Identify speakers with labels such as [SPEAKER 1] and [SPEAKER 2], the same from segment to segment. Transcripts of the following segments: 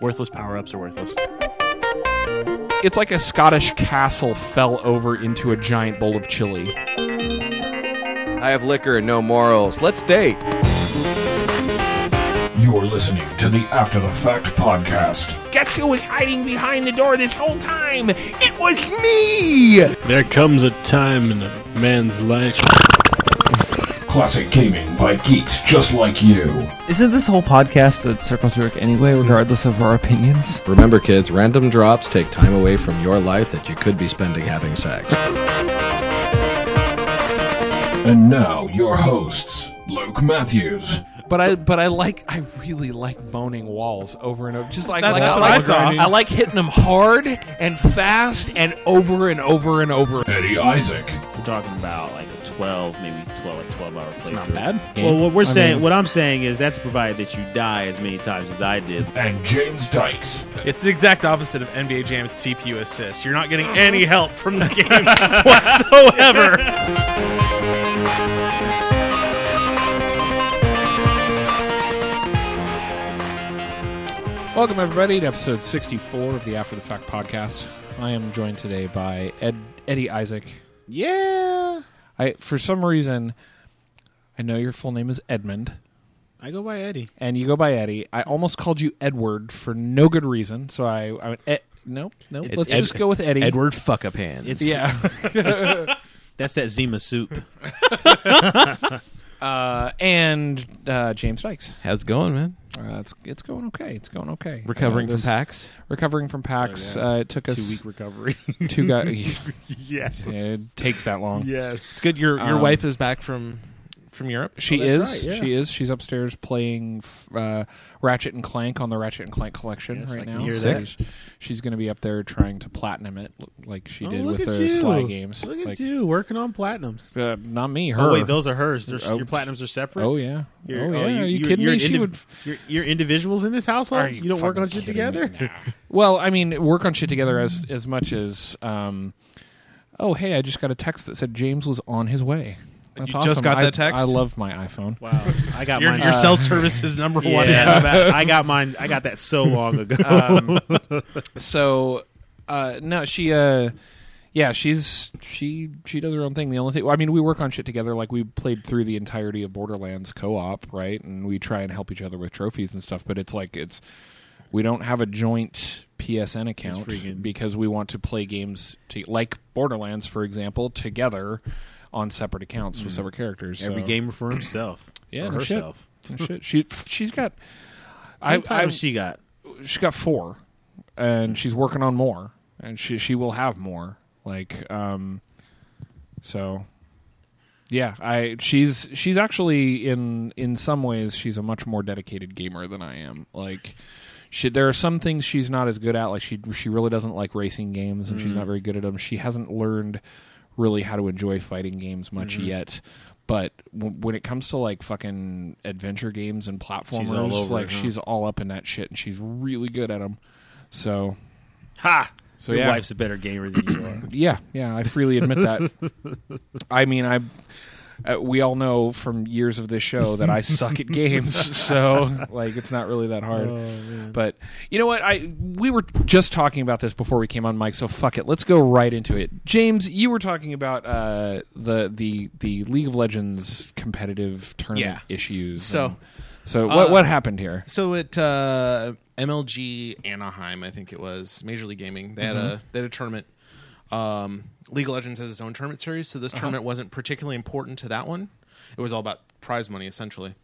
[SPEAKER 1] Worthless power ups are worthless.
[SPEAKER 2] It's like a Scottish castle fell over into a giant bowl of chili.
[SPEAKER 3] I have liquor and no morals. Let's date.
[SPEAKER 4] You are listening to the After the Fact podcast.
[SPEAKER 5] Guess who was hiding behind the door this whole time? It was me!
[SPEAKER 6] There comes a time in a man's life.
[SPEAKER 4] Classic gaming by geeks just like you.
[SPEAKER 7] Isn't this whole podcast a circle jerk anyway, regardless of our opinions?
[SPEAKER 3] Remember, kids, random drops take time away from your life that you could be spending having sex.
[SPEAKER 4] And now, your hosts, Luke Matthews.
[SPEAKER 2] But I but I like I really like boning walls over and over. Just like,
[SPEAKER 1] That-
[SPEAKER 2] like
[SPEAKER 1] that's
[SPEAKER 2] I,
[SPEAKER 1] what I
[SPEAKER 2] like
[SPEAKER 1] saw.
[SPEAKER 2] I like hitting them hard and fast and over and over and over.
[SPEAKER 4] Eddie Isaac.
[SPEAKER 1] We're talking about like a 12, maybe 12, like 12 hour playthrough. It's
[SPEAKER 2] Not bad.
[SPEAKER 1] Well, what we're
[SPEAKER 7] I
[SPEAKER 1] saying,
[SPEAKER 7] mean-
[SPEAKER 1] what I'm saying is that's provided that you die as many times as I did.
[SPEAKER 4] And James Dykes.
[SPEAKER 8] It's the exact opposite of NBA Jam's CPU assist. You're not getting
[SPEAKER 1] Mm-hmm.
[SPEAKER 8] any help from the game whatsoever.
[SPEAKER 2] Welcome everybody to episode 64 of the After the Fact podcast. I am joined today by Ed Eddie Isaac.
[SPEAKER 1] Yeah.
[SPEAKER 2] I for some reason I know your full name is Edmund
[SPEAKER 1] I go by Eddie.
[SPEAKER 2] and you go by Eddie. I almost called you Edward for no good reason, so I I went Ed, no, no.
[SPEAKER 8] It's
[SPEAKER 2] let's
[SPEAKER 8] Ed-
[SPEAKER 2] just go with Eddie.
[SPEAKER 8] Edward fuck up hand.
[SPEAKER 9] It's
[SPEAKER 2] Yeah.
[SPEAKER 9] that's that Zima soup.
[SPEAKER 2] Uh, and uh, James Dykes.
[SPEAKER 3] How's it going, man?
[SPEAKER 2] Uh, it's it's going okay. It's going okay.
[SPEAKER 3] Recovering
[SPEAKER 2] Uh, this-
[SPEAKER 3] from PAX.
[SPEAKER 2] Recovering from PAX.
[SPEAKER 1] Oh,
[SPEAKER 2] uh, it took us
[SPEAKER 9] recovery.
[SPEAKER 2] two guys.
[SPEAKER 8] yes.
[SPEAKER 2] it takes that long.
[SPEAKER 8] Yes.
[SPEAKER 9] It's good. Your
[SPEAKER 2] your Um, wife
[SPEAKER 9] is back from from Europe.
[SPEAKER 2] She
[SPEAKER 1] Oh, that's
[SPEAKER 2] is.
[SPEAKER 1] right, yeah.
[SPEAKER 2] She is. She's upstairs playing f- uh, Ratchet and Clank on the Ratchet and Clank collection
[SPEAKER 1] Yes, I
[SPEAKER 2] right
[SPEAKER 1] can
[SPEAKER 2] now.
[SPEAKER 1] hear
[SPEAKER 2] So
[SPEAKER 3] that.
[SPEAKER 2] She's, she's going to be up there trying to platinum it, l- like she
[SPEAKER 1] Oh,
[SPEAKER 2] did
[SPEAKER 1] look
[SPEAKER 2] with
[SPEAKER 1] at
[SPEAKER 2] her
[SPEAKER 1] you.
[SPEAKER 2] Sly games.
[SPEAKER 1] Look at
[SPEAKER 2] Like,
[SPEAKER 1] you working on platinums.
[SPEAKER 2] Uh, not me. Her.
[SPEAKER 9] Oh wait, those are hers. They're,
[SPEAKER 2] Oh.
[SPEAKER 9] Your platinums are separate.
[SPEAKER 2] oh yeah.
[SPEAKER 1] You're-
[SPEAKER 2] oh yeah. are you,
[SPEAKER 1] you're-
[SPEAKER 2] kidding
[SPEAKER 1] you're
[SPEAKER 2] me?
[SPEAKER 1] an
[SPEAKER 2] She
[SPEAKER 1] indiv-
[SPEAKER 2] would.
[SPEAKER 1] You're, you're individuals in this household.
[SPEAKER 2] Are
[SPEAKER 1] you,
[SPEAKER 2] you
[SPEAKER 1] don't work
[SPEAKER 2] fucking
[SPEAKER 1] on shit
[SPEAKER 2] kidding me?
[SPEAKER 1] together.
[SPEAKER 2] Well, I mean, work on shit together as as much as. Um, oh, hey, I just got a text that said James was on his way. That's
[SPEAKER 9] You
[SPEAKER 2] awesome.
[SPEAKER 9] just got
[SPEAKER 2] I-
[SPEAKER 9] that text?
[SPEAKER 2] I love my iPhone.
[SPEAKER 1] Wow, I got
[SPEAKER 8] Your,
[SPEAKER 1] mine.
[SPEAKER 9] uh,
[SPEAKER 8] your self service is number
[SPEAKER 1] yeah,
[SPEAKER 8] one.
[SPEAKER 1] I got mine. I got that so long ago.
[SPEAKER 2] so uh no she uh yeah she's she she does her own thing the only thing i mean we work on shit together like we played through the entirety of borderlands co-op right and we try and help each other with trophies and stuff but it's like it's we don't have a joint psn account because we want to play games to, like borderlands for example together on separate accounts with separate characters
[SPEAKER 9] Mm. Every
[SPEAKER 2] so-
[SPEAKER 9] gamer for himself.
[SPEAKER 2] yeah
[SPEAKER 9] or
[SPEAKER 2] no shit.
[SPEAKER 9] herself.
[SPEAKER 2] No shit. she she's got
[SPEAKER 9] How
[SPEAKER 2] I,
[SPEAKER 9] many
[SPEAKER 2] I
[SPEAKER 9] platinums she got?
[SPEAKER 2] she's got four, and she's working on more, and she she will have more. Like, um, so yeah, I she's she's actually in in some ways she's a much more dedicated gamer than I am. Like. She, there are some things she's not as good at. Like she, she really doesn't like racing games, and she's
[SPEAKER 9] Mm.
[SPEAKER 2] not very good at them. She hasn't learned really how to enjoy fighting games much
[SPEAKER 9] Mm-hmm.
[SPEAKER 2] yet. But w- when it comes to like fucking adventure games and platformers,
[SPEAKER 9] all over
[SPEAKER 2] like
[SPEAKER 9] it, huh?
[SPEAKER 2] she's all up in that shit, and she's really good at them. So,
[SPEAKER 9] Ha!
[SPEAKER 2] so
[SPEAKER 9] Your
[SPEAKER 2] yeah,
[SPEAKER 9] wife's a better gamer than you are.
[SPEAKER 2] yeah, yeah. I freely admit that. I mean, I. Uh, we all know from years of this show that I suck at games, so like it's not really that
[SPEAKER 9] Oh,
[SPEAKER 2] hard. but you know what? I we were just talking about this before we came on, Mike. So fuck it, let's go right into it. James, you were talking about uh, the the the League of Legends competitive tournament
[SPEAKER 9] Yeah.
[SPEAKER 2] issues.
[SPEAKER 9] So-
[SPEAKER 2] and- so what
[SPEAKER 9] uh,
[SPEAKER 2] what happened here?
[SPEAKER 9] So at uh, MLG Anaheim, I think it was Major League Gaming, they had a they had a tournament. Um, League of Legends has its own tournament series, so this tournament wasn't particularly important to that one. It was all about prize money essentially.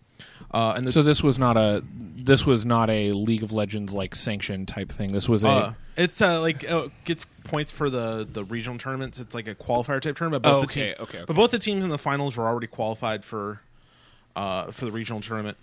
[SPEAKER 9] Uh, and the,
[SPEAKER 2] So this was not a this was not a League of Legends like sanction type thing. This was a
[SPEAKER 9] uh, it's uh, like uh, gets points for the the regional tournaments. It's like a qualifier type tournament. Both the
[SPEAKER 2] Okay,
[SPEAKER 9] team,
[SPEAKER 2] okay, okay.
[SPEAKER 9] But both the teams in the finals were already qualified for uh, for the regional tournament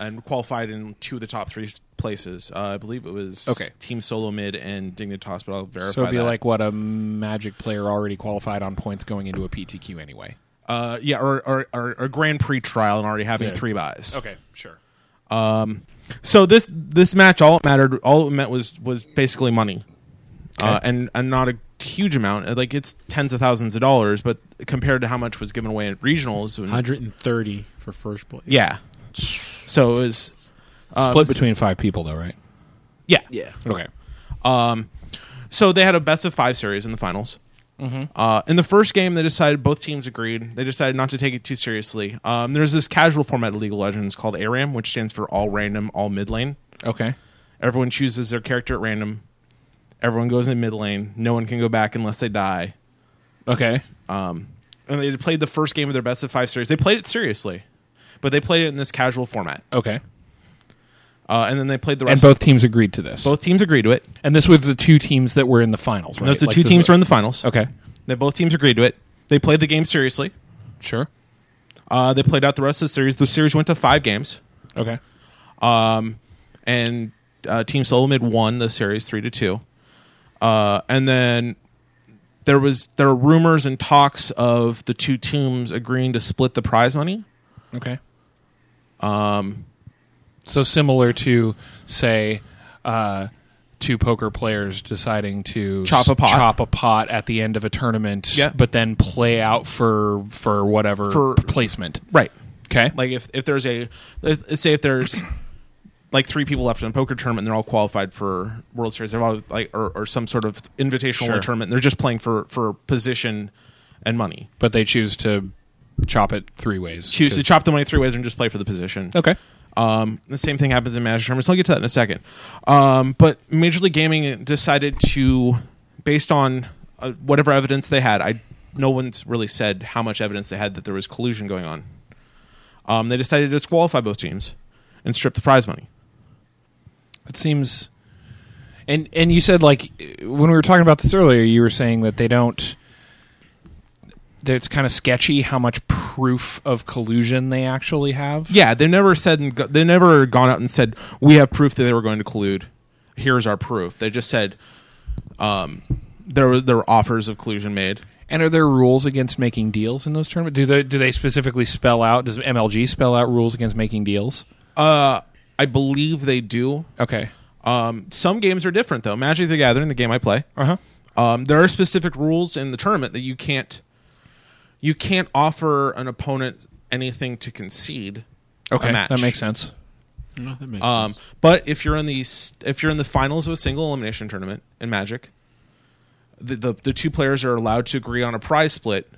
[SPEAKER 9] and qualified in two of the top three s- places. Uh, I believe it was
[SPEAKER 2] Okay.
[SPEAKER 9] Team Solo Mid and Dignitas, but I'll verify
[SPEAKER 2] so it'd be
[SPEAKER 9] that.
[SPEAKER 2] like what a Magic player already qualified on points going into a PTQ anyway.
[SPEAKER 9] uh, yeah, or, or, or, or Grand Prix trial and already having
[SPEAKER 2] Yeah.
[SPEAKER 9] three buys. Um,
[SPEAKER 2] Okay, sure.
[SPEAKER 9] So this this match, all it mattered, all it meant was was basically money, uh, and and not a huge amount. Like it's tens of thousands of dollars, but compared to how much was given away at regionals, and-
[SPEAKER 1] 130 for first place.
[SPEAKER 9] yeah. So it was uh,
[SPEAKER 2] Split
[SPEAKER 9] but-
[SPEAKER 2] Uh, between five people though, right?
[SPEAKER 9] Yeah.
[SPEAKER 1] Yeah.
[SPEAKER 2] Okay.
[SPEAKER 9] Um, so they had a best of five series in the finals.
[SPEAKER 2] Mm-hmm.
[SPEAKER 9] Uh, in the first game, they decided both teams agreed. They decided not to take it too seriously. Um, there's this casual format of League of Legends called ARAM, which stands for All Random, All Mid Lane.
[SPEAKER 2] Okay.
[SPEAKER 9] Everyone chooses their character at random. Everyone goes in mid lane. No one can go back unless they die. Um,
[SPEAKER 2] Okay.
[SPEAKER 9] And they played the first game of their best of five series. They played it seriously, but they played it in this casual format.
[SPEAKER 2] Okay.
[SPEAKER 9] Uh, and then they played the
[SPEAKER 2] And
[SPEAKER 9] rest.
[SPEAKER 2] both teams agreed to this.
[SPEAKER 9] both teams agreed to it.
[SPEAKER 2] And this was the two teams that were in the finals, right?
[SPEAKER 9] Those the
[SPEAKER 2] Like,
[SPEAKER 9] two
[SPEAKER 2] this-
[SPEAKER 9] teams were in the finals.
[SPEAKER 2] Okay.
[SPEAKER 9] They both teams agreed to it. They played the game seriously.
[SPEAKER 2] Sure.
[SPEAKER 9] Uh, they played out the rest of the series. The series went to five games,
[SPEAKER 2] Okay.
[SPEAKER 9] and uh, Team Solomid won the series three to two. Uh, and then there was there were rumors and talks of the two teams agreeing to split the prize money.
[SPEAKER 2] Okay. Um, so similar to say, uh, two poker players deciding to
[SPEAKER 9] Chop a
[SPEAKER 2] s-
[SPEAKER 9] pot.
[SPEAKER 2] chop a pot at the end of a tournament,
[SPEAKER 9] Yeah.
[SPEAKER 2] but then play out for for whatever
[SPEAKER 9] For-
[SPEAKER 2] placement.
[SPEAKER 9] Right.
[SPEAKER 2] Okay.
[SPEAKER 9] Like if if there's a if- let's say if there's like three people left in a poker tournament and they're all qualified for World Series, they're all like or, or some sort of invitational
[SPEAKER 2] Sure.
[SPEAKER 9] tournament. And they're just playing for for position and money.
[SPEAKER 2] but they choose to chop it three ways.
[SPEAKER 9] Choose to
[SPEAKER 2] 'cause-
[SPEAKER 9] chop the money three ways and just play for the position.
[SPEAKER 2] Okay.
[SPEAKER 9] Um, the same thing happens in Magic tournaments. I'll get to that in a second. Um, but Major League Gaming decided to, based on uh, whatever evidence they had, I no one's really said how much evidence they had that there was collusion going on. Um, they decided to disqualify both teams and strip the prize money.
[SPEAKER 2] It seems, and and you said like when we were talking about this earlier, you were saying that they don't. That it's kind of sketchy how much proof of collusion they actually have.
[SPEAKER 9] Yeah, they never said and go- they never gone out and said we have proof that they were going to collude. Here's our proof. They just said um, there were there were offers of collusion made.
[SPEAKER 2] And are there rules against making deals in those tournaments? Do they do they specifically spell out? Does MLG spell out rules against making deals?
[SPEAKER 9] I believe they do.
[SPEAKER 2] Okay.
[SPEAKER 9] Um, some games are different though. Magic the Gathering, the game I play,
[SPEAKER 2] Uh huh.
[SPEAKER 9] um, there are specific rules in the tournament that you can't you can't offer an opponent anything to concede.
[SPEAKER 2] Okay,
[SPEAKER 9] a match.
[SPEAKER 2] that makes sense.
[SPEAKER 1] Oh,
[SPEAKER 6] No, that makes
[SPEAKER 9] Um,
[SPEAKER 6] sense.
[SPEAKER 9] but if you're in the s- if you're in the finals of a single elimination tournament in Magic, the, the the two players are allowed to agree on a prize split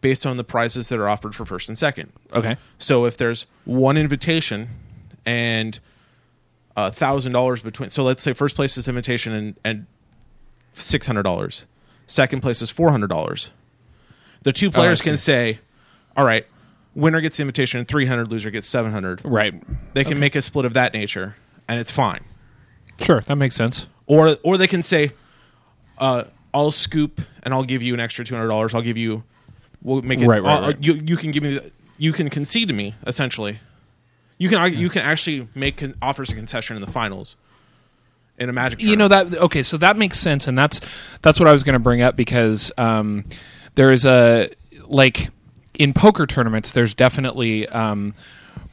[SPEAKER 9] based on the prizes that are offered for first and second.
[SPEAKER 2] Okay.
[SPEAKER 9] So if there's one invitation and a thousand dollars between, so let's say first place is invitation and and six hundred dollars, second place is four hundred dollars. The two players can say, "All right, winner gets the invitation and three hundred, loser gets seven hundred.
[SPEAKER 2] Right.
[SPEAKER 9] They can make a split of that nature, and it's fine.
[SPEAKER 2] Sure, that makes sense.
[SPEAKER 9] Or or they can say, uh, "I'll scoop and I'll give you an extra two hundred dollars. I'll give you, we'll make it.
[SPEAKER 2] Right, right,
[SPEAKER 9] I'll-
[SPEAKER 2] right.
[SPEAKER 9] You you can give me, the- you can concede to me essentially. You can you can actually make con- offers of concession in the finals, in a magic.
[SPEAKER 2] you know that okay so that makes sense and that's that's what i was going to bring up because um there is a like in poker tournaments there's definitely um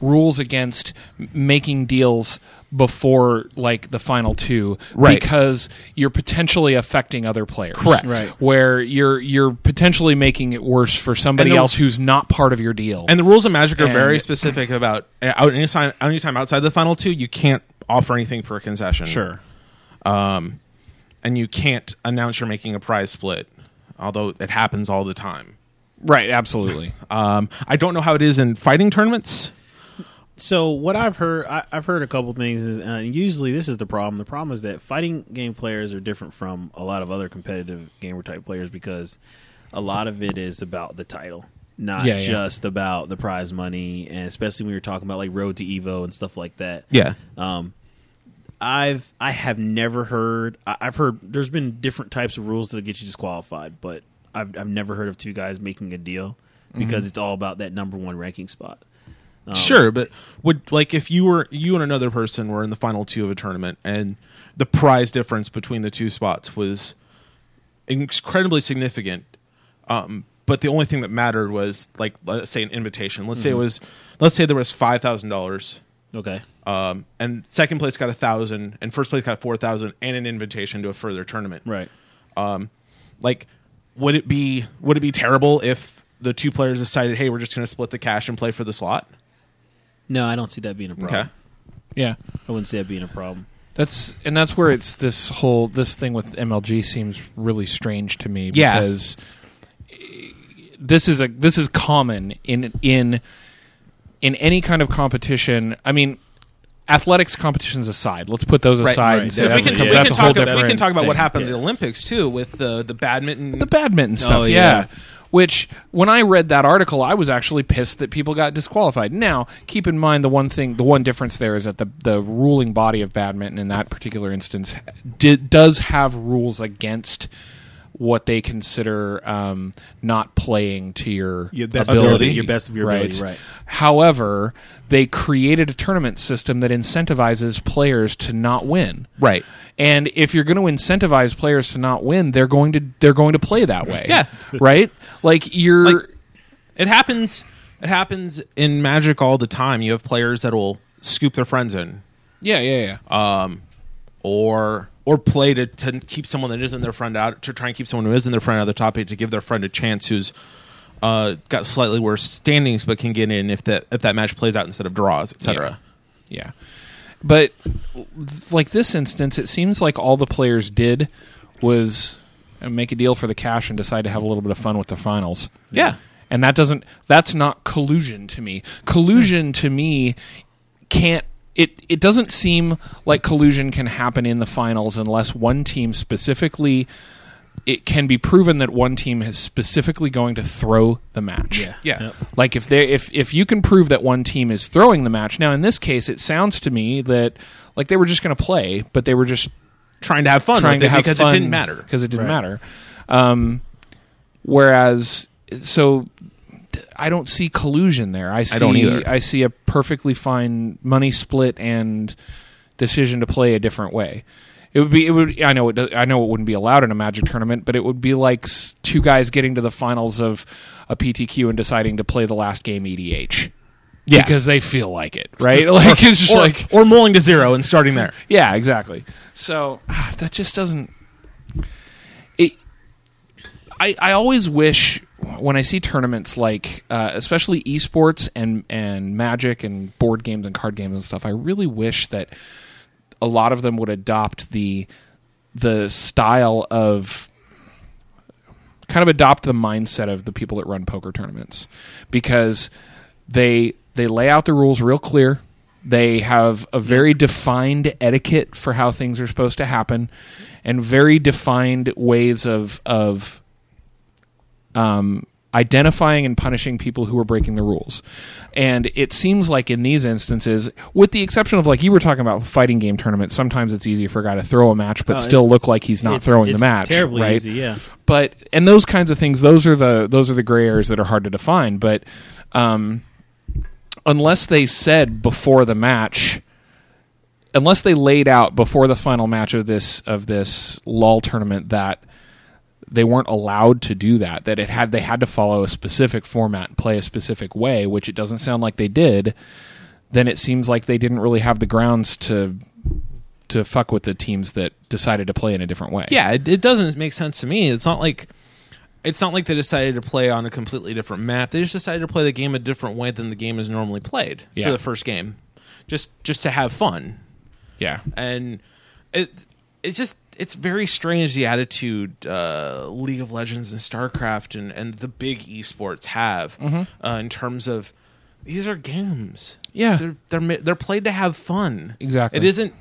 [SPEAKER 2] rules against m- making deals before like the final two
[SPEAKER 9] Right.
[SPEAKER 2] because you're potentially affecting other players
[SPEAKER 9] Correct.
[SPEAKER 6] Right.
[SPEAKER 2] where you're you're potentially making it worse for somebody
[SPEAKER 9] And the-
[SPEAKER 2] else who's not part of your deal
[SPEAKER 9] And the rules of Magic are
[SPEAKER 2] And-
[SPEAKER 9] very specific about uh, out- anytime anytime outside the final two, you can't offer anything for a concession. Um,
[SPEAKER 2] sure
[SPEAKER 9] and you can't announce you're making a prize split, although it happens all the time.
[SPEAKER 2] right absolutely
[SPEAKER 9] Um, I don't know how it is in fighting tournaments.
[SPEAKER 10] So what I've heard, I, I've heard a couple things, is, uh, usually this is the problem. The problem is that fighting game players are different from a lot of other competitive gamer type players because a lot of it is about the title, not
[SPEAKER 2] Yeah, yeah.
[SPEAKER 10] just about the prize money, and especially when you're talking about like Road to Evo and stuff like that.
[SPEAKER 9] Yeah,
[SPEAKER 10] Um, I've I have never heard. I, I've heard there's been different types of rules that get you disqualified, but I've I've never heard of two guys making a deal because it's all about that number one ranking spot.
[SPEAKER 9] sure, but would like if you were you and another person were in the final two of a tournament, and the prize difference between the two spots was incredibly significant. Um, but the only thing that mattered was like let's say an invitation. Let's say it was let's say there was five thousand dollars
[SPEAKER 10] Okay.
[SPEAKER 9] um, and second place got a thousand, and first place got four thousand, and an invitation to a further tournament.
[SPEAKER 10] Right.
[SPEAKER 9] Like, would it be would it be terrible if the two players decided, hey, we're just going to split the cash and play for the slot?
[SPEAKER 10] No, I don't see that being a problem.
[SPEAKER 9] Okay.
[SPEAKER 2] yeah
[SPEAKER 10] I wouldn't see that being a problem.
[SPEAKER 2] That's and that's where it's this whole this thing with MLG seems really strange to me
[SPEAKER 9] Yeah.
[SPEAKER 2] because eh, this is a this is common in in in any kind of competition. I mean, athletics competitions aside, let's put those aside.
[SPEAKER 9] right.
[SPEAKER 2] And say
[SPEAKER 9] Because we
[SPEAKER 2] that's,
[SPEAKER 9] can,
[SPEAKER 2] a,
[SPEAKER 9] we,
[SPEAKER 2] that's
[SPEAKER 9] can
[SPEAKER 2] a whole
[SPEAKER 9] talk, about- we
[SPEAKER 2] different
[SPEAKER 9] can talk about what
[SPEAKER 2] thing.
[SPEAKER 9] happened
[SPEAKER 2] Yeah
[SPEAKER 9] at the Olympics too with the the badminton.
[SPEAKER 2] the badminton stuff. yeah.
[SPEAKER 10] Mm-hmm. Oh, yeah.
[SPEAKER 2] Which, when I read that article, I was actually pissed that people got disqualified. Now, keep in mind the one thing, the one difference there is that the the ruling body of badminton in that particular instance did, does have rules against what they consider um, not playing to your,
[SPEAKER 10] Your best ability, your best of your ability, right.
[SPEAKER 2] However, they created a tournament system that incentivizes players to not win.
[SPEAKER 9] Right.
[SPEAKER 2] And if you're going to incentivize players to not win, they're going to they're going to play that way.
[SPEAKER 9] Yeah.
[SPEAKER 2] Right? Like you're
[SPEAKER 9] Like- It happens. It happens in Magic all the time. You have players that will scoop their friends in,
[SPEAKER 2] Yeah, yeah, yeah.
[SPEAKER 9] or or play to, to keep someone that isn't their friend out to try and keep someone who isn't their friend out of the top eight to give their friend a chance who's uh, got slightly worse standings but can get in if that if that match plays out instead of draws, etc.
[SPEAKER 2] yeah. But th- like this instance, it seems like all the players did was uh, make a deal for the cash and decide to have a little bit of fun with the finals.
[SPEAKER 9] Yeah.
[SPEAKER 2] And that doesn't that's not collusion to me. Collusion to me can't it it doesn't seem like collusion can happen in the finals unless one team specifically it can be proven that one team is specifically going to throw the match.
[SPEAKER 9] Yeah.
[SPEAKER 2] Like if they if if you can prove that one team is throwing the match. Now in this case it sounds to me that like they were just going to play, but they were just
[SPEAKER 9] Trying to have fun
[SPEAKER 2] trying
[SPEAKER 9] with
[SPEAKER 2] to
[SPEAKER 9] it
[SPEAKER 2] have
[SPEAKER 9] because
[SPEAKER 2] fun
[SPEAKER 9] it didn't matter.
[SPEAKER 2] because it didn't matter. Um, whereas, so th- I don't see collusion there. I see,
[SPEAKER 9] don't either.
[SPEAKER 2] I see a perfectly fine money split and decision to play a different way. It would be. It would. I know. It. do- I know. It wouldn't be allowed in a Magic tournament, but it would be like s- two guys getting to the finals of a PTQ and deciding to play the last game EDH.
[SPEAKER 9] Yeah.
[SPEAKER 2] because they feel like it, right? Like it's just
[SPEAKER 9] Or,
[SPEAKER 2] like
[SPEAKER 9] or mulling to zero and starting there.
[SPEAKER 2] yeah, exactly. So ah, that just doesn't. It. I I always wish when I see tournaments like, uh, especially esports and and Magic and board games and card games and stuff, I really wish that a lot of them would adopt the the style of kind of adopt the mindset of the people that run poker tournaments because they they lay out the rules real clear. They have a very defined etiquette for how things are supposed to happen and very defined ways of of um, identifying and punishing people who are breaking the rules. And it seems like in these instances, with the exception of like you were talking about fighting game tournaments, sometimes it's easy for a guy to throw a match but
[SPEAKER 10] Oh,
[SPEAKER 2] still
[SPEAKER 10] it's-
[SPEAKER 2] look like he's not
[SPEAKER 10] It's-
[SPEAKER 2] throwing
[SPEAKER 10] it's
[SPEAKER 2] the match.
[SPEAKER 10] Terribly
[SPEAKER 2] right?
[SPEAKER 10] easy, yeah.
[SPEAKER 2] but and those kinds of things those are the those are the gray areas that are hard to define but um, unless they said before the match unless they laid out before the final match of this of this lol tournament that they weren't allowed to do that that it had they had to follow a specific format and play a specific way which it doesn't sound like they did then it seems like they didn't really have the grounds to to fuck with the teams that decided to play in a different way
[SPEAKER 9] Yeah, it, it doesn't make sense to me. It's not like it's not like they decided to play on a completely different map. They just decided to play the game a different way than the game is normally played
[SPEAKER 2] Yeah.
[SPEAKER 9] for the first game, just just to have fun.
[SPEAKER 2] yeah
[SPEAKER 9] And it it's just it's very strange the attitude uh, League of Legends and StarCraft and and the big esports have uh, in terms of these are games.
[SPEAKER 2] Mm-hmm. Yeah.
[SPEAKER 9] they're they're ma- they're played to have fun.
[SPEAKER 2] Exactly.
[SPEAKER 9] It isn't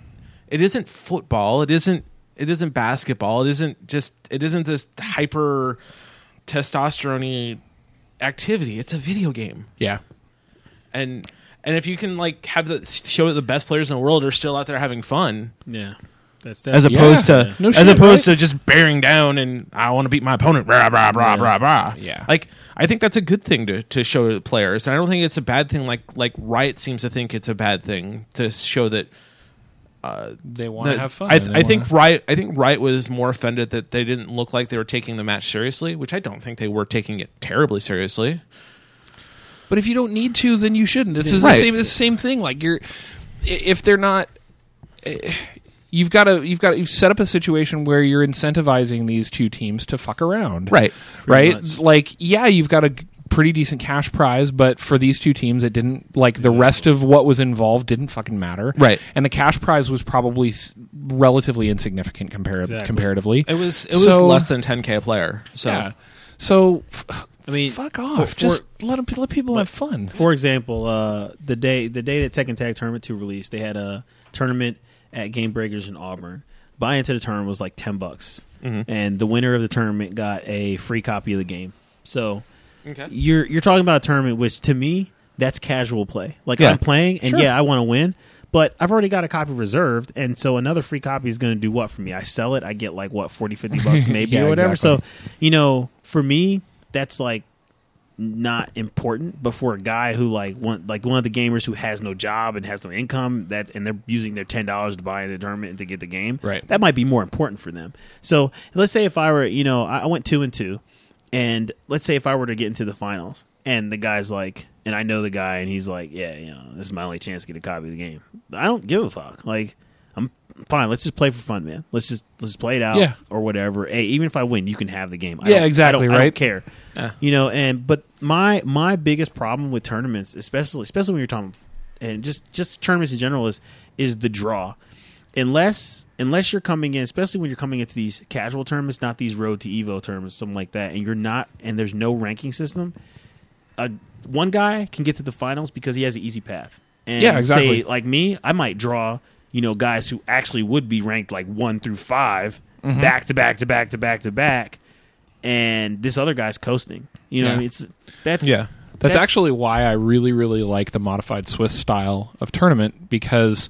[SPEAKER 9] it isn't football. It isn't it isn't basketball. It isn't just it isn't this hyper testosterone activity. It's a video game.
[SPEAKER 2] yeah
[SPEAKER 9] And and if you can like have the show that the best players in the world are still out there having fun,
[SPEAKER 10] Yeah. That's
[SPEAKER 9] as
[SPEAKER 10] definitely-
[SPEAKER 9] opposed to
[SPEAKER 10] Yeah.
[SPEAKER 2] No
[SPEAKER 9] as
[SPEAKER 2] shit,
[SPEAKER 9] opposed
[SPEAKER 2] right?
[SPEAKER 9] to just bearing down and I want to beat my opponent, rah rah rah rah rah.
[SPEAKER 2] Yeah.
[SPEAKER 9] like I think that's a good thing to to show to the players, and I don't think it's a bad thing. Like like Riot seems to think it's a bad thing to show that.
[SPEAKER 2] they want to
[SPEAKER 9] that-
[SPEAKER 2] have fun.
[SPEAKER 9] I,
[SPEAKER 2] and they
[SPEAKER 9] I think
[SPEAKER 2] wanna-
[SPEAKER 9] Riot. I think Riot was more offended that they didn't look like they were taking the match seriously, which I don't think they were taking it terribly seriously.
[SPEAKER 2] but if you don't need to, then you shouldn't. This is
[SPEAKER 9] Right.
[SPEAKER 2] the same. It's the same thing. Like you're, i- if they're not, eh, you've got to, you've got, to, you've set up a situation where you're incentivizing these two teams to fuck around,
[SPEAKER 9] Right.
[SPEAKER 2] right.
[SPEAKER 10] much.
[SPEAKER 2] Like, yeah, you've got to pretty decent cash prize, but for these two teams, it didn't. Like the rest of what was involved didn't fucking matter.
[SPEAKER 9] Right.
[SPEAKER 2] And the cash prize was probably s- relatively insignificant compar- comparatively.
[SPEAKER 9] It was it was
[SPEAKER 2] So-
[SPEAKER 9] less than 10k a player. So
[SPEAKER 2] yeah. So f-
[SPEAKER 10] I mean,
[SPEAKER 2] fuck
[SPEAKER 10] for-
[SPEAKER 2] off.
[SPEAKER 10] for-
[SPEAKER 2] Just let 'em- let people have fun.
[SPEAKER 10] For example, uh, the day the day that Tekken Tag Tournament Two released, they had a tournament at Game Breakers in Auburn. Buy into the tournament was like ten bucks,
[SPEAKER 2] Mm-hmm.
[SPEAKER 10] and the winner of the tournament got a free copy of the game. So you're you're talking about a tournament, which to me that's casual play. Like
[SPEAKER 9] Yeah.
[SPEAKER 10] I'm playing, and
[SPEAKER 2] Sure.
[SPEAKER 10] yeah, I want to win. But I've already got a copy reserved, and so another free copy is going to do what for me? I sell it, I get like what 40, 50 bucks maybe
[SPEAKER 2] Yeah,
[SPEAKER 10] or whatever.
[SPEAKER 2] exactly.
[SPEAKER 10] So, you know, for me, that's like not important, but for a guy who like one like one of the gamers who has no job and has no income that and they're using their ten dollars to buy the tournament and to get the game,
[SPEAKER 2] Right.
[SPEAKER 10] That might be more important for them. So let's say if I were you know I I went two and two, and let's say if I were to get into the finals and the guy's like and I know the guy and he's like yeah you know this is my only chance to get a copy of the game. I don't give a fuck. Like I'm fine. Let's just play for fun, man. Let's just let's play it out
[SPEAKER 2] Yeah.
[SPEAKER 10] or whatever. Hey, even if I win, you can have the game. I
[SPEAKER 2] Yeah,
[SPEAKER 10] don't- I
[SPEAKER 2] exactly,
[SPEAKER 10] don't- I don't
[SPEAKER 2] right?
[SPEAKER 10] care. You know, and but my my biggest problem with tournaments, especially especially when you're talking and just just tournaments in general is is the draw. Unless unless you're coming in, especially when you're coming into these casual tournaments, not these road to Evo tournaments, something like that, and you're not and there's no ranking system, uh, one guy can get to the finals because he has an easy path. And
[SPEAKER 2] Yeah, exactly.
[SPEAKER 10] Say, like me, I might draw, you know, guys who actually would be ranked like one through 5 back to back to back to back to back, and this other guy's coasting. You know, what I
[SPEAKER 2] Yeah.
[SPEAKER 10] mean, it's that's
[SPEAKER 9] Yeah.
[SPEAKER 2] That's, actually why I really, really like the modified Swiss style of tournament because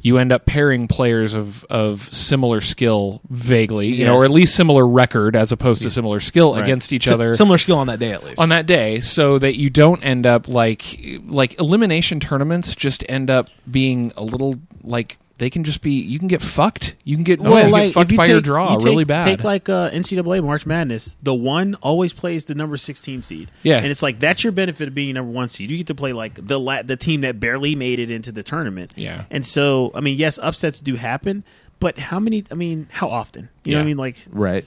[SPEAKER 2] you end up pairing players of, of similar skill vaguely, you know, or at
[SPEAKER 10] Yes.
[SPEAKER 2] least similar record as opposed to similar skill against each
[SPEAKER 9] Si-
[SPEAKER 2] other
[SPEAKER 9] similar skill on that day at least.
[SPEAKER 2] on that day so that you don't end up like like elimination tournaments just end up being a little like they can just be you can get fucked. You can get, you can get fucked by your draw
[SPEAKER 10] you
[SPEAKER 2] really
[SPEAKER 10] take-
[SPEAKER 2] bad.
[SPEAKER 10] Take like uh, NCAA March Madness. The one always plays the number sixteen seed.
[SPEAKER 2] Yeah.
[SPEAKER 10] and it's like that's your benefit of being number one seed. You get to play like the la- the team that barely made it into the tournament.
[SPEAKER 2] Yeah.
[SPEAKER 10] and so I mean, yes, upsets do happen, but how many? I mean, how often? You know what I
[SPEAKER 2] Yeah.
[SPEAKER 10] mean? Like
[SPEAKER 9] right.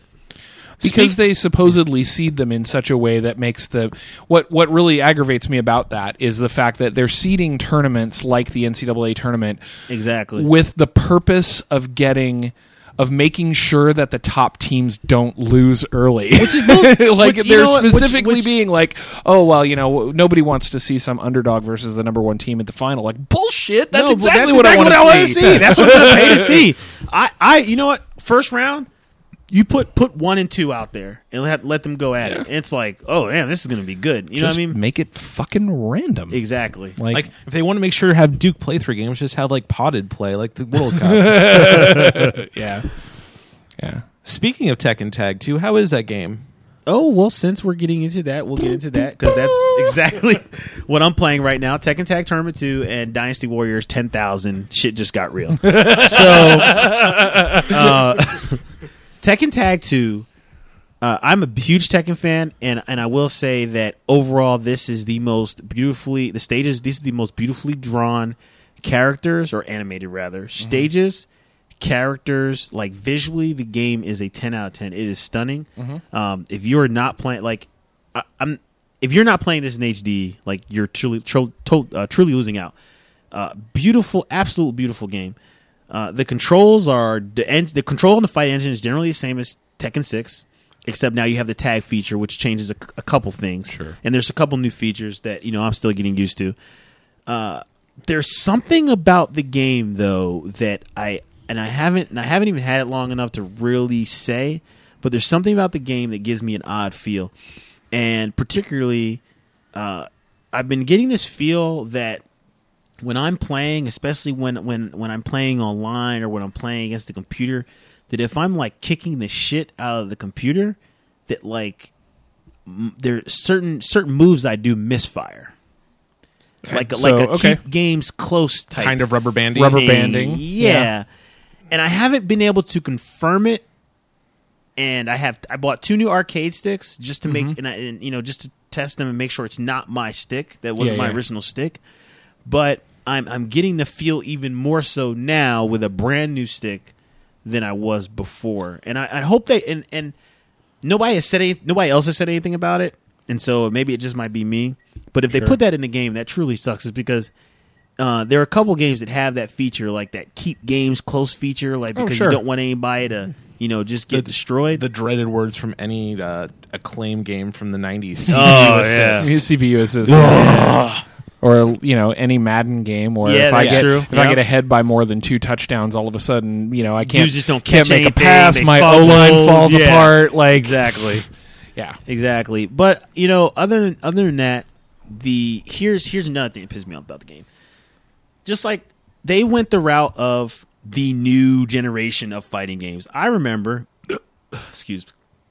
[SPEAKER 2] because they supposedly seed them in such a way that makes the what what really aggravates me about that is the fact that they're seeding tournaments like the NCAA tournament
[SPEAKER 10] exactly.
[SPEAKER 2] with the purpose of getting of making sure that the top teams don't lose early. Which is like
[SPEAKER 10] which- you
[SPEAKER 2] they're
[SPEAKER 10] know what? Which-
[SPEAKER 2] specifically
[SPEAKER 10] which-
[SPEAKER 2] being like, "Oh well, you know, nobody wants to see some underdog versus the number 1 team at the final." Like, bullshit. That's
[SPEAKER 10] No, but
[SPEAKER 2] exactly what I want to see.
[SPEAKER 10] That's what I pay to see. I, I, you know what? First round, you put put one and two out there and let let them go at it. It's like, oh man, this is gonna be good. You know
[SPEAKER 2] Just
[SPEAKER 10] what I mean?
[SPEAKER 2] make it fucking random.
[SPEAKER 10] Exactly.
[SPEAKER 9] Like if they want to make sure to have Duke play three games, just have like potted play like the World Cup.
[SPEAKER 2] yeah. Yeah.
[SPEAKER 9] Speaking of Tekken Tag 2, how is that game?
[SPEAKER 10] Oh well, since we're getting into that, we'll get into that because that's exactly what I'm playing right now. Tekken Tag Tournament Two and Dynasty Warriors Ten Thousand. Shit just got real. so, uh, Tekken Tag Two. Uh, I'm a huge Tekken fan, and and I will say that overall, this is the most beautifully the stages. These are the most beautifully drawn characters or animated rather stages. Characters like visually, the game is a ten out of ten. It is stunning. Um, if you are not playing, like I, I'm, if you're not playing this in HD, like you're truly tru- to- uh, truly losing out. Uh, beautiful, absolute beautiful game. Uh, the controls are the en- the control on the fight engine is generally the same as Tekken Six, except now you have the tag feature, which changes a, c- a couple things. Sure. And there's a couple new features that you know I'm still getting used to. Uh, there's something about the game though that I and I haven't and I haven't even had it long enough to really say, but there's something about the game that gives me an odd feel, and particularly, uh, I've been getting this feel that when I'm playing, especially when when when I'm playing online or when I'm playing against the computer, that if I'm like kicking the shit out of the computer, that like m- there certain certain moves I do misfire. Like a
[SPEAKER 2] so,
[SPEAKER 10] like a
[SPEAKER 2] okay.
[SPEAKER 10] keep games close type
[SPEAKER 9] Kind of rubber bandy.
[SPEAKER 2] Rubber
[SPEAKER 10] thing.
[SPEAKER 2] banding.
[SPEAKER 10] Yeah. And I haven't been able to confirm it. And I have I bought two new arcade sticks just to make
[SPEAKER 2] Mm-hmm.
[SPEAKER 10] and, I, and you know just to test them and make sure it's not my stick that wasn't
[SPEAKER 2] Yeah,
[SPEAKER 10] my
[SPEAKER 2] yeah.
[SPEAKER 10] original stick. But I'm I'm getting the feel even more so now with a brand new stick than I was before. And I, I hope they and and nobody has said any, nobody else has said anything about it. And so maybe it just might be me. But if they put that in the game, that truly sucks. Is because uh, there are a couple games that have that feature, like that keep games close feature, like
[SPEAKER 2] Oh,
[SPEAKER 10] because
[SPEAKER 2] sure.
[SPEAKER 10] you don't want anybody to you know just get destroyed.
[SPEAKER 9] The dreaded words from any uh, acclaimed game from the 90s.
[SPEAKER 8] Oh,
[SPEAKER 9] assist.
[SPEAKER 2] His CPU assist. Or you know any Madden game, where
[SPEAKER 10] Yeah,
[SPEAKER 2] if I
[SPEAKER 10] that's
[SPEAKER 2] get
[SPEAKER 10] true.
[SPEAKER 2] if I
[SPEAKER 10] Yep.
[SPEAKER 2] get ahead by more than two touchdowns, all of a sudden you know I can't
[SPEAKER 10] Dudes just don't
[SPEAKER 2] can't
[SPEAKER 10] catch
[SPEAKER 2] make
[SPEAKER 10] anything,
[SPEAKER 2] a pass.
[SPEAKER 10] they
[SPEAKER 2] My O
[SPEAKER 10] fumble.
[SPEAKER 2] line falls
[SPEAKER 10] Yeah.
[SPEAKER 2] apart. Like
[SPEAKER 10] Exactly.
[SPEAKER 2] yeah,
[SPEAKER 10] Exactly. But you know, other than other than that, the here's here's another thing that pissed me off about the game. Just like they went the route of the new generation of fighting games. I remember excuse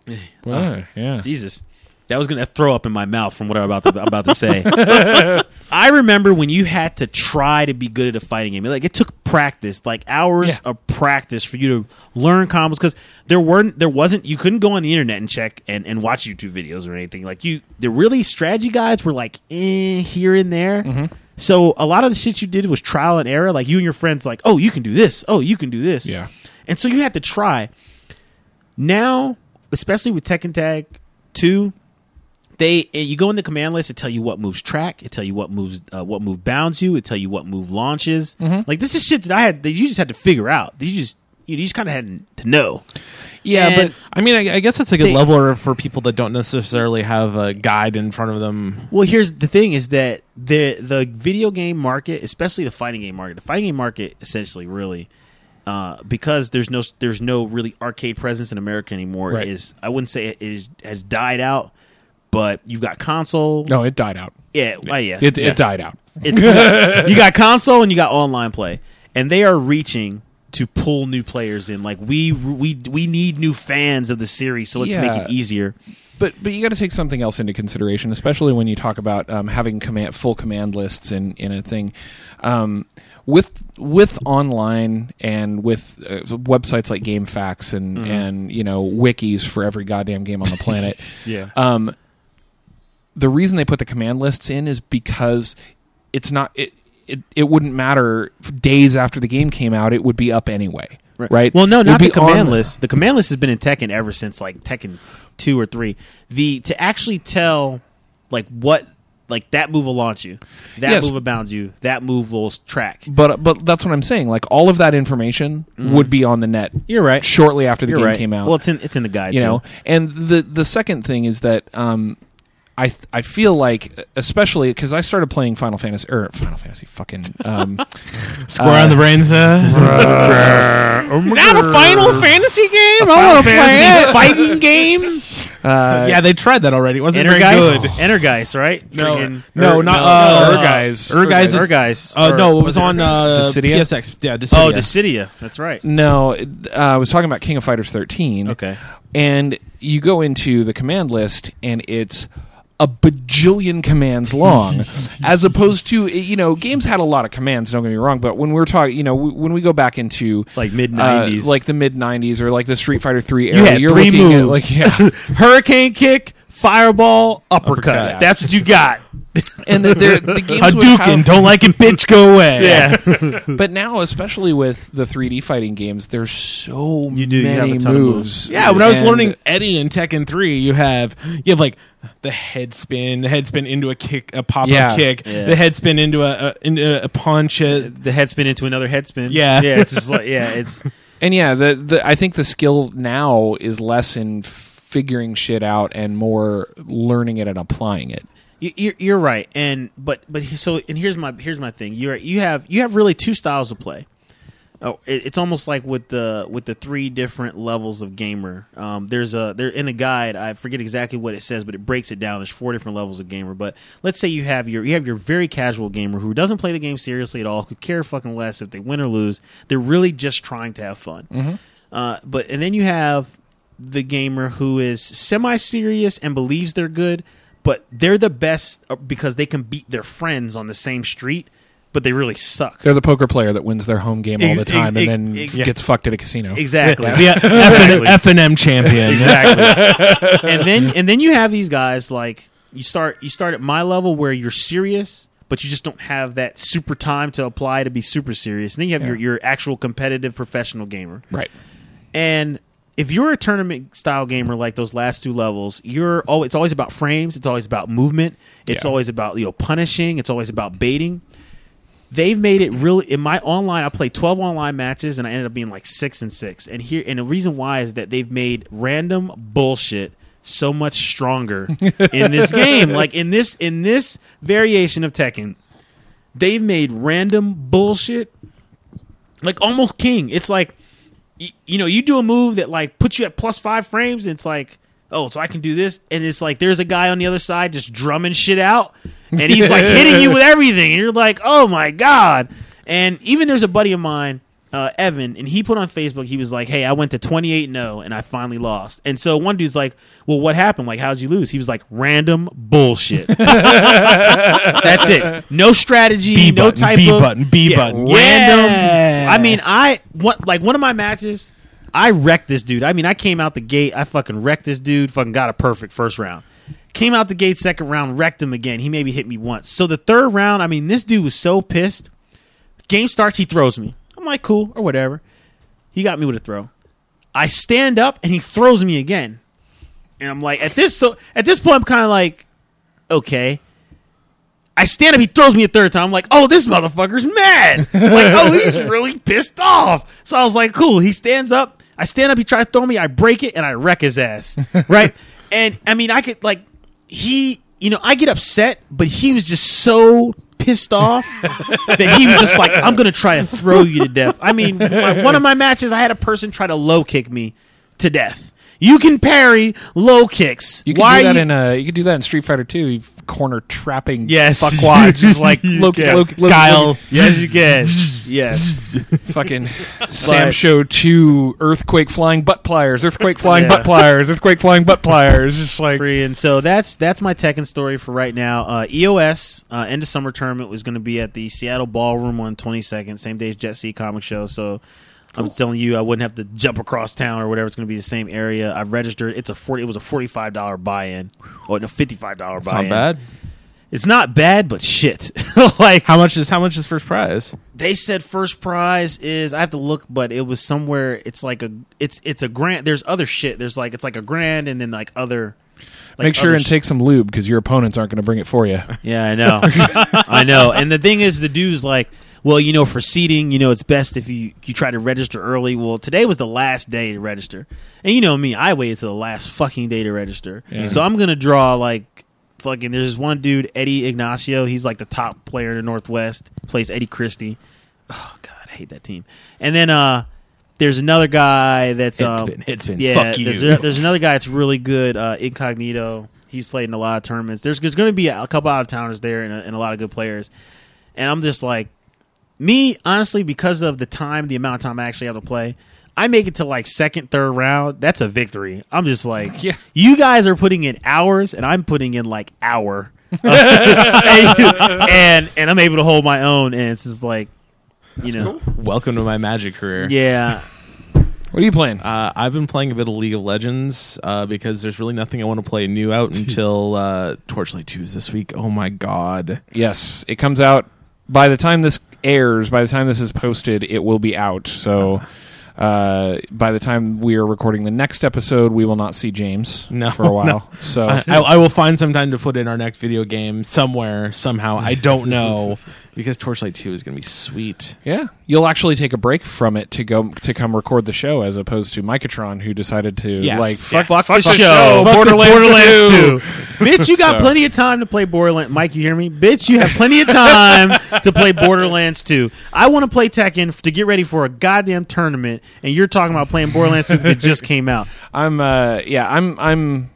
[SPEAKER 10] me.
[SPEAKER 2] Well, yeah.
[SPEAKER 10] Jesus. That was gonna throw up in my mouth from what I'm about to, about to say. I remember when you had to try to be good at a fighting game. Like it took practice, like hours
[SPEAKER 2] Yeah.
[SPEAKER 10] of practice for you to learn combos because there weren't, there wasn't. You couldn't go on the internet and check and, and watch YouTube videos or anything. Like you, the really strategy guides were like eh, here and there.
[SPEAKER 2] Mm-hmm.
[SPEAKER 10] So a lot of the shit you did was trial and error. Like you and your friends, like oh you can do this, oh you can do this,
[SPEAKER 2] Yeah.
[SPEAKER 10] And so you had to try. Now, especially with Tekken Tag Two, they and you go in the command list it tell you what moves track it tell you what moves uh, what move bounds you it tell you what move launches like this is shit that i had that you just had to figure out that you just you just kind of had to know
[SPEAKER 2] Yeah,
[SPEAKER 10] And-
[SPEAKER 9] I mean, I, I guess that's a good
[SPEAKER 10] They-
[SPEAKER 9] leveler for people that don't necessarily have a guide in front of them.
[SPEAKER 10] well here's the thing is that the the video game market especially the fighting game market the fighting game market essentially really uh, because there's no there's no really arcade presence in America anymore
[SPEAKER 2] Right.
[SPEAKER 10] is I wouldn't say it is has died out, but you've got console.
[SPEAKER 2] no, it died out.
[SPEAKER 10] Yeah, well, yeah,
[SPEAKER 2] It
[SPEAKER 10] yeah.
[SPEAKER 2] it died out.
[SPEAKER 10] It's, you got console and you got online play, and they are reaching to pull new players in. Like we we we need new fans of the series, so let's make
[SPEAKER 2] Yeah.
[SPEAKER 10] it easier.
[SPEAKER 2] But but you got to take something else into consideration, especially when you talk about um, having command full command lists in in a thing. Um, with with online and with uh, websites like GameFAQs and and you know wikis for every goddamn game on the planet.
[SPEAKER 10] Yeah.
[SPEAKER 2] Um, the reason they put the command lists in is because it's not it. It, it wouldn't matter if days after the game came out; it would be up anyway, right?
[SPEAKER 10] Well, no,
[SPEAKER 2] It would
[SPEAKER 10] not
[SPEAKER 2] be
[SPEAKER 10] the command
[SPEAKER 2] on-
[SPEAKER 10] list. The command list has been in Tekken ever since like Tekken two or three. The to actually tell like what like that move will launch you, that
[SPEAKER 2] Yes.
[SPEAKER 10] move abounds you, that move will track.
[SPEAKER 2] But but that's what I'm saying. Like all of that information would be on the net.
[SPEAKER 10] You're right.
[SPEAKER 2] Shortly after the
[SPEAKER 10] You're
[SPEAKER 2] game
[SPEAKER 10] right.
[SPEAKER 2] came out,
[SPEAKER 10] Well, it's in it's in the guide.
[SPEAKER 2] you
[SPEAKER 10] too.
[SPEAKER 2] know. And the the second thing is that um, I th- I feel like especially because I started playing Final Fantasy or Final Fantasy fucking um,
[SPEAKER 9] Square on the brains. Uh,
[SPEAKER 8] Not a Final Fantasy game? I want to play it. fighting game?
[SPEAKER 9] yeah, they tried that already. It wasn't very
[SPEAKER 10] Energeist,
[SPEAKER 9] good.
[SPEAKER 10] Energeist, right?
[SPEAKER 9] No,
[SPEAKER 10] Freaking-
[SPEAKER 9] no, not uh,
[SPEAKER 2] no, Urgei's.
[SPEAKER 9] Urgei's.
[SPEAKER 10] Urgei's.
[SPEAKER 9] is-
[SPEAKER 10] Urgei's.
[SPEAKER 9] Uh,
[SPEAKER 10] Or-
[SPEAKER 9] no, it was
[SPEAKER 10] was it
[SPEAKER 9] on uh,
[SPEAKER 2] Dissidia?
[SPEAKER 9] PSX. Yeah, Dissidia.
[SPEAKER 10] Oh, Dissidia. That's right.
[SPEAKER 2] no, it- uh, I was talking about King of Fighters 13.
[SPEAKER 10] Okay.
[SPEAKER 2] and you go into the command list and it's a bajillion commands long as opposed to eh, you know games had a lot of commands don't get me wrong but when we're talking you know w- when we go back into
[SPEAKER 10] Like mid-nineties.
[SPEAKER 2] uh, like the mid 90s or like the street fighter 3 era
[SPEAKER 10] You had
[SPEAKER 2] you're
[SPEAKER 10] three
[SPEAKER 2] looking at,
[SPEAKER 10] moves:
[SPEAKER 2] like yeah
[SPEAKER 10] hurricane kick, fireball, uppercut.
[SPEAKER 2] Uppercut.
[SPEAKER 10] That's what you got.
[SPEAKER 2] and the, the, the games would have-
[SPEAKER 9] don't like it, bitch, go away.
[SPEAKER 10] Yeah,
[SPEAKER 2] but now especially with the 3D fighting games there's so
[SPEAKER 10] You do, you
[SPEAKER 2] many
[SPEAKER 10] have a ton of
[SPEAKER 2] moves
[SPEAKER 9] Yeah, when I was
[SPEAKER 2] And-
[SPEAKER 9] learning Eddie in Tekken Three, you have you have like the head spin, the head spin into a kick, a pop up
[SPEAKER 2] Yeah.
[SPEAKER 9] kick,
[SPEAKER 10] Yeah.
[SPEAKER 9] the head spin into a, a into a punch. uh,
[SPEAKER 10] the head spin into another head spin.
[SPEAKER 9] Yeah.
[SPEAKER 10] yeah. It's just like yeah, it's
[SPEAKER 2] And yeah, the, the I think the skill now is less in figuring shit out and more learning it and applying it.
[SPEAKER 10] you- you're, you're right. And but but he- so and here's my here's my thing. You're you have you have really two styles of play. Oh, it, it's almost like with the with the three different levels of gamer. Um, there's a there in the guide. I forget exactly what it says, but it breaks it down. There's four different levels of gamer. But let's say you have your you have your very casual gamer who doesn't play the game seriously at all, could care fucking less if they win or lose. They're really just trying to have fun. Uh, but and then you have the gamer who is semi serious and believes they're good, but they're the best uh, because they can beat their friends on the same street, but they really suck.
[SPEAKER 2] They're the poker player that wins their home game all the
[SPEAKER 9] Ex-
[SPEAKER 2] time
[SPEAKER 9] ex-
[SPEAKER 2] and then
[SPEAKER 10] ex-
[SPEAKER 2] gets fucked at a casino.
[SPEAKER 10] Exactly.
[SPEAKER 9] The
[SPEAKER 10] Exactly.
[SPEAKER 9] F and M champion.
[SPEAKER 10] exactly. and then and then you have these guys like you start you start at my level where you're serious, but you just don't have that super time to apply to be super serious. And then you have your, your actual competitive professional gamer.
[SPEAKER 2] Right.
[SPEAKER 10] And if you're a tournament style gamer like those last two levels, you're oh, it's always about frames, it's always about movement, it's
[SPEAKER 2] Yeah.
[SPEAKER 10] always about you know punishing, it's always about baiting. They've made it really in my online. I played twelve online matches and I ended up being like six and six. And here and the reason why is that they've made random bullshit so much stronger in this game. Like in this in this variation of Tekken, they've made random bullshit like almost king. It's like y- you know, you do a move that like puts you at plus five frames, and it's like, oh, so I can do this, and it's like there's a guy on the other side just drumming shit out, and he's like hitting you with everything, and you're like, oh my god. And even there's a buddy of mine, uh, Evan, and he put on Facebook, he was like, hey, I went to 28 0 and I finally lost. And so one dude's like, well, what happened? Like, how'd you lose? He was like, random bullshit. That's it. No strategy.
[SPEAKER 6] B
[SPEAKER 10] no
[SPEAKER 6] button,
[SPEAKER 10] type
[SPEAKER 6] B
[SPEAKER 10] of
[SPEAKER 6] button, B button.
[SPEAKER 10] Random. I mean, I what like one of my matches. I wrecked this dude. I mean, I came out the gate. I fucking wrecked this dude. Fucking got a perfect first round. Came out the gate second round, wrecked him again. He maybe hit me once. So the third round, I mean, this dude was so pissed. Game starts, he throws me. I'm like, cool or whatever. He got me with a throw. I stand up and he throws me again. And I'm like, at this so at this point, I'm kind of like, okay. I stand up, he throws me a third time. I'm like, oh, this motherfucker's mad. like, oh, he's really pissed off. So I was like, cool. He stands up. I stand up, he tries to throw me, I break it, and I wreck his ass. Right? and I mean, I could like he you know, I get upset, but he was just so pissed off that he was just like, I'm gonna try to throw you to death. I mean, my- one of my matches I had a person try to low kick me to death. You can parry low kicks.
[SPEAKER 2] You could
[SPEAKER 10] Why
[SPEAKER 2] do that
[SPEAKER 10] you-
[SPEAKER 2] in uh, you could do that in Street Fighter Two. You corner trapping
[SPEAKER 10] Yes.
[SPEAKER 2] fuckwad, just like look,
[SPEAKER 10] Yeah.
[SPEAKER 2] look, look,
[SPEAKER 10] Guile. Yes, you can. yes.
[SPEAKER 2] fucking Sam Show Two earthquake flying butt pliers, earthquake flying
[SPEAKER 10] Yeah.
[SPEAKER 2] butt pliers, earthquake flying butt pliers. Just like
[SPEAKER 10] Free. And so that's that's my Tekken story for right now. Uh, EOS uh, end of summer tournament was going to be at the Seattle Ballroom on 22nd, same day as Jet Set Comic Show. So I'm telling you, I wouldn't have to jump across town or whatever. It's going to be the same area. I've registered. It's a 40. It was a 45 dollar buy-in. Oh no, 55 dollar
[SPEAKER 9] It's
[SPEAKER 10] buy-in.
[SPEAKER 9] not bad.
[SPEAKER 10] It's not bad, but shit. like
[SPEAKER 9] How much is how much is first prize?
[SPEAKER 10] they said first prize is I have to look, but it was somewhere. It's like a it's it's a grant. There's other shit. There's like it's like a grand and then like other. like
[SPEAKER 2] make sure
[SPEAKER 10] other
[SPEAKER 2] and
[SPEAKER 10] sh-
[SPEAKER 2] take some lube because your opponents aren't going to bring it for you.
[SPEAKER 10] Yeah, I know. I know. And the thing is, the dude's like, well, you know, for seating, you know, it's best if you you try to register early. Well, today was the last day to register, and you know me, I waited till the last fucking day to register. So I'm gonna draw like fucking. There's this one dude, Eddie Ignacio. He's like the top player in the Northwest. Plays Eddie Christie. Oh God, I hate that team. And then uh. There's another guy that's
[SPEAKER 9] It's
[SPEAKER 10] um,
[SPEAKER 9] been- it's been-
[SPEAKER 10] yeah.
[SPEAKER 9] fuck
[SPEAKER 10] there's,
[SPEAKER 9] you.
[SPEAKER 10] there's another guy that's really good, uh, Incognito. He's played in a lot of tournaments. There's, there's going to be a couple out of towners there and a, and a lot of good players. And I'm just like, me, honestly, because of the time, the amount of time I actually have to play, I make it to like second, third round. That's a victory. I'm just like,
[SPEAKER 2] Yeah.
[SPEAKER 10] you guys are putting in hours, and I'm putting in like hour. and and I'm able to hold my own, and it's just like, you know,
[SPEAKER 9] Welcome to my magic career.
[SPEAKER 10] yeah,
[SPEAKER 2] What are you playing?
[SPEAKER 9] Uh, I've been playing a bit of League of Legends uh, because there's really nothing I want to play new out until uh, Torchlight 2 is this week. Oh my god.
[SPEAKER 2] yes, it comes out by the time this airs. By the time this is posted, it will be out. So. Uh, by the time we are recording the next episode, we will not see James
[SPEAKER 9] No,
[SPEAKER 2] for a while. So
[SPEAKER 9] I, I, I will find some time to put in our next video game somewhere, somehow. I don't know because Torchlight 2 is going to be sweet.
[SPEAKER 2] Yeah, you'll actually take a break from it to go to come record the show, as opposed to Micatron, who decided to
[SPEAKER 9] Yeah,
[SPEAKER 2] like
[SPEAKER 9] yeah,
[SPEAKER 2] fuck, fuck,
[SPEAKER 10] the show. Fuck the
[SPEAKER 2] Borderlands,
[SPEAKER 10] Borderlands
[SPEAKER 2] 2.
[SPEAKER 10] Bitch, you got
[SPEAKER 2] So-
[SPEAKER 10] plenty of time to play Borderlands. Mike, you hear me? Bitch, you have plenty of time to play Borderlands 2. I want to play Tekken f- to get ready for a goddamn tournament, and you're talking about playing Borderlands 2 that just came out.
[SPEAKER 2] I'm uh, yeah, I'm I'm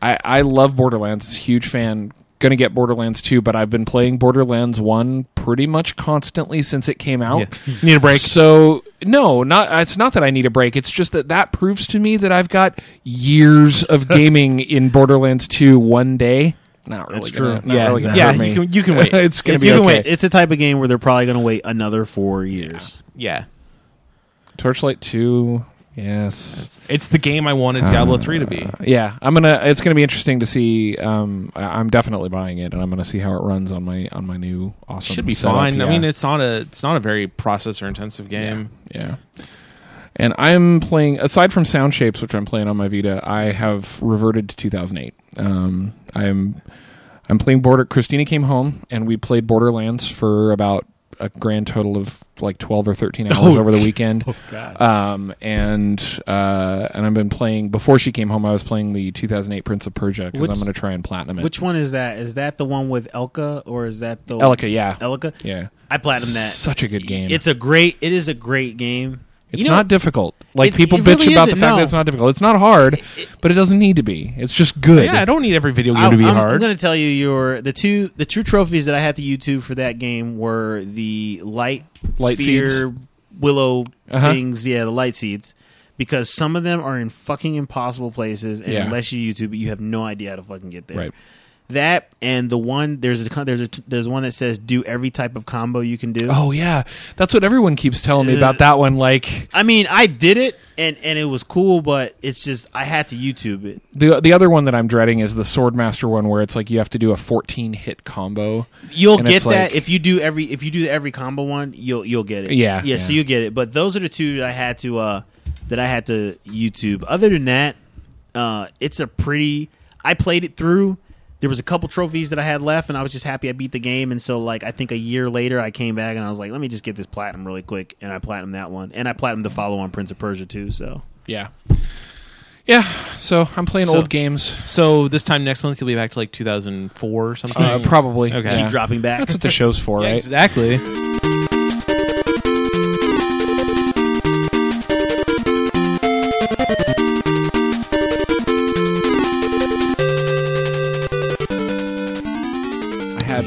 [SPEAKER 2] I I love Borderlands. Huge fan. Gonna get Borderlands 2, but I've been playing Borderlands 1 pretty much constantly since it came out.
[SPEAKER 10] Need a break?
[SPEAKER 2] So no, not it's not that I need a break. It's just that that proves to me that I've got years of gaming in Borderlands 2 one day. Not really
[SPEAKER 10] That's
[SPEAKER 2] gonna,
[SPEAKER 10] true.
[SPEAKER 2] not
[SPEAKER 9] Yeah,
[SPEAKER 2] really gonna
[SPEAKER 9] yeah,
[SPEAKER 2] hurt me.
[SPEAKER 9] you can- you can wait.
[SPEAKER 2] it's gonna
[SPEAKER 10] It's,
[SPEAKER 2] be
[SPEAKER 10] you
[SPEAKER 2] okay.
[SPEAKER 10] can wait. It's a type of game where they're probably going to wait another four years.
[SPEAKER 9] Yeah.
[SPEAKER 2] Torchlight 2. Yes.
[SPEAKER 9] It's the game I wanted
[SPEAKER 2] Uh,
[SPEAKER 9] Diablo 3 to be.
[SPEAKER 2] Yeah, I'm going to it's going to be interesting to see um I- I'm definitely buying it and I'm going to see how it runs on my on my new awesome
[SPEAKER 9] Should be
[SPEAKER 2] setup.
[SPEAKER 9] fine.
[SPEAKER 2] Yeah.
[SPEAKER 9] I mean, it's not a it's not a very processor intensive game.
[SPEAKER 2] yeah. And I'm playing, aside from Sound Shapes, which I'm playing on my Vita, I have reverted to 2008. Um, I'm I'm playing Border. Christina came home, and we played Borderlands for about a grand total of like 12 or 13 hours over the weekend. Oh God. Um, and uh, and I've been playing. Before she came home, I was playing the 2008 Prince of Persia because
[SPEAKER 10] Which-
[SPEAKER 2] I'm going to try and platinum it.
[SPEAKER 10] Which one is that? Is that the one with Elka or is that the
[SPEAKER 2] Elika, yeah,
[SPEAKER 10] Elka?
[SPEAKER 2] yeah.
[SPEAKER 10] I platinum that.
[SPEAKER 2] Such a good game.
[SPEAKER 10] It's a great. It is a great game.
[SPEAKER 2] It's
[SPEAKER 10] You know-
[SPEAKER 2] not difficult. Like
[SPEAKER 10] it-
[SPEAKER 2] people
[SPEAKER 10] it
[SPEAKER 2] bitch
[SPEAKER 10] really
[SPEAKER 2] about the
[SPEAKER 10] isn't,
[SPEAKER 2] fact
[SPEAKER 10] no.
[SPEAKER 2] that it's not difficult. It's not hard, but it doesn't need to be. It's just good.
[SPEAKER 8] Yeah, I don't need every video game
[SPEAKER 10] I,
[SPEAKER 8] to be
[SPEAKER 10] am
[SPEAKER 8] hard.
[SPEAKER 10] going to tell you your the two the two trophies that I had to YouTube for that game were the light
[SPEAKER 2] Light
[SPEAKER 10] sphere
[SPEAKER 2] seeds.
[SPEAKER 10] willow
[SPEAKER 2] Uh-huh.
[SPEAKER 10] things. Yeah, the light seeds. Because some of them are in fucking impossible places, and
[SPEAKER 2] Yeah.
[SPEAKER 10] unless you YouTube it, you have no idea how to fucking get there.
[SPEAKER 2] Right.
[SPEAKER 10] That and the one there's a con- there's a t- there's one that says do every type of combo you can do.
[SPEAKER 2] Oh yeah, that's what everyone keeps telling me about that one. Like
[SPEAKER 10] I mean, I did it and and it was cool, but it's just I had to YouTube it.
[SPEAKER 2] the the other one that I'm dreading is the Swordmaster one, where it's like you have to do a 14 hit combo.
[SPEAKER 10] You'll
[SPEAKER 2] And
[SPEAKER 10] get
[SPEAKER 2] it's
[SPEAKER 10] that
[SPEAKER 2] like-
[SPEAKER 10] if you do every if you do every combo one, you'll you'll get it.
[SPEAKER 2] Yeah,
[SPEAKER 10] yeah, So
[SPEAKER 2] yeah.
[SPEAKER 10] you get it. But those are the two that I had to uh that I had to YouTube. Other than that, uh it's a pretty. I played it through. There was a couple trophies that I had left, and I was just happy I beat the game. And so, like, I think a year later, I came back and I was like, "Let me just get this platinum really quick," and I platinum that one, and I platinum the follow on Prince of Persia too. So
[SPEAKER 2] Yeah, yeah. So I'm playing
[SPEAKER 9] So-
[SPEAKER 2] old games.
[SPEAKER 9] So this time next month you'll be back to like 2004 or something.
[SPEAKER 2] Uh, probably.
[SPEAKER 9] Okay.
[SPEAKER 2] Yeah.
[SPEAKER 10] keep dropping back.
[SPEAKER 2] That's what the show's for,
[SPEAKER 9] Yeah,
[SPEAKER 2] right?
[SPEAKER 9] Exactly.
[SPEAKER 2] I had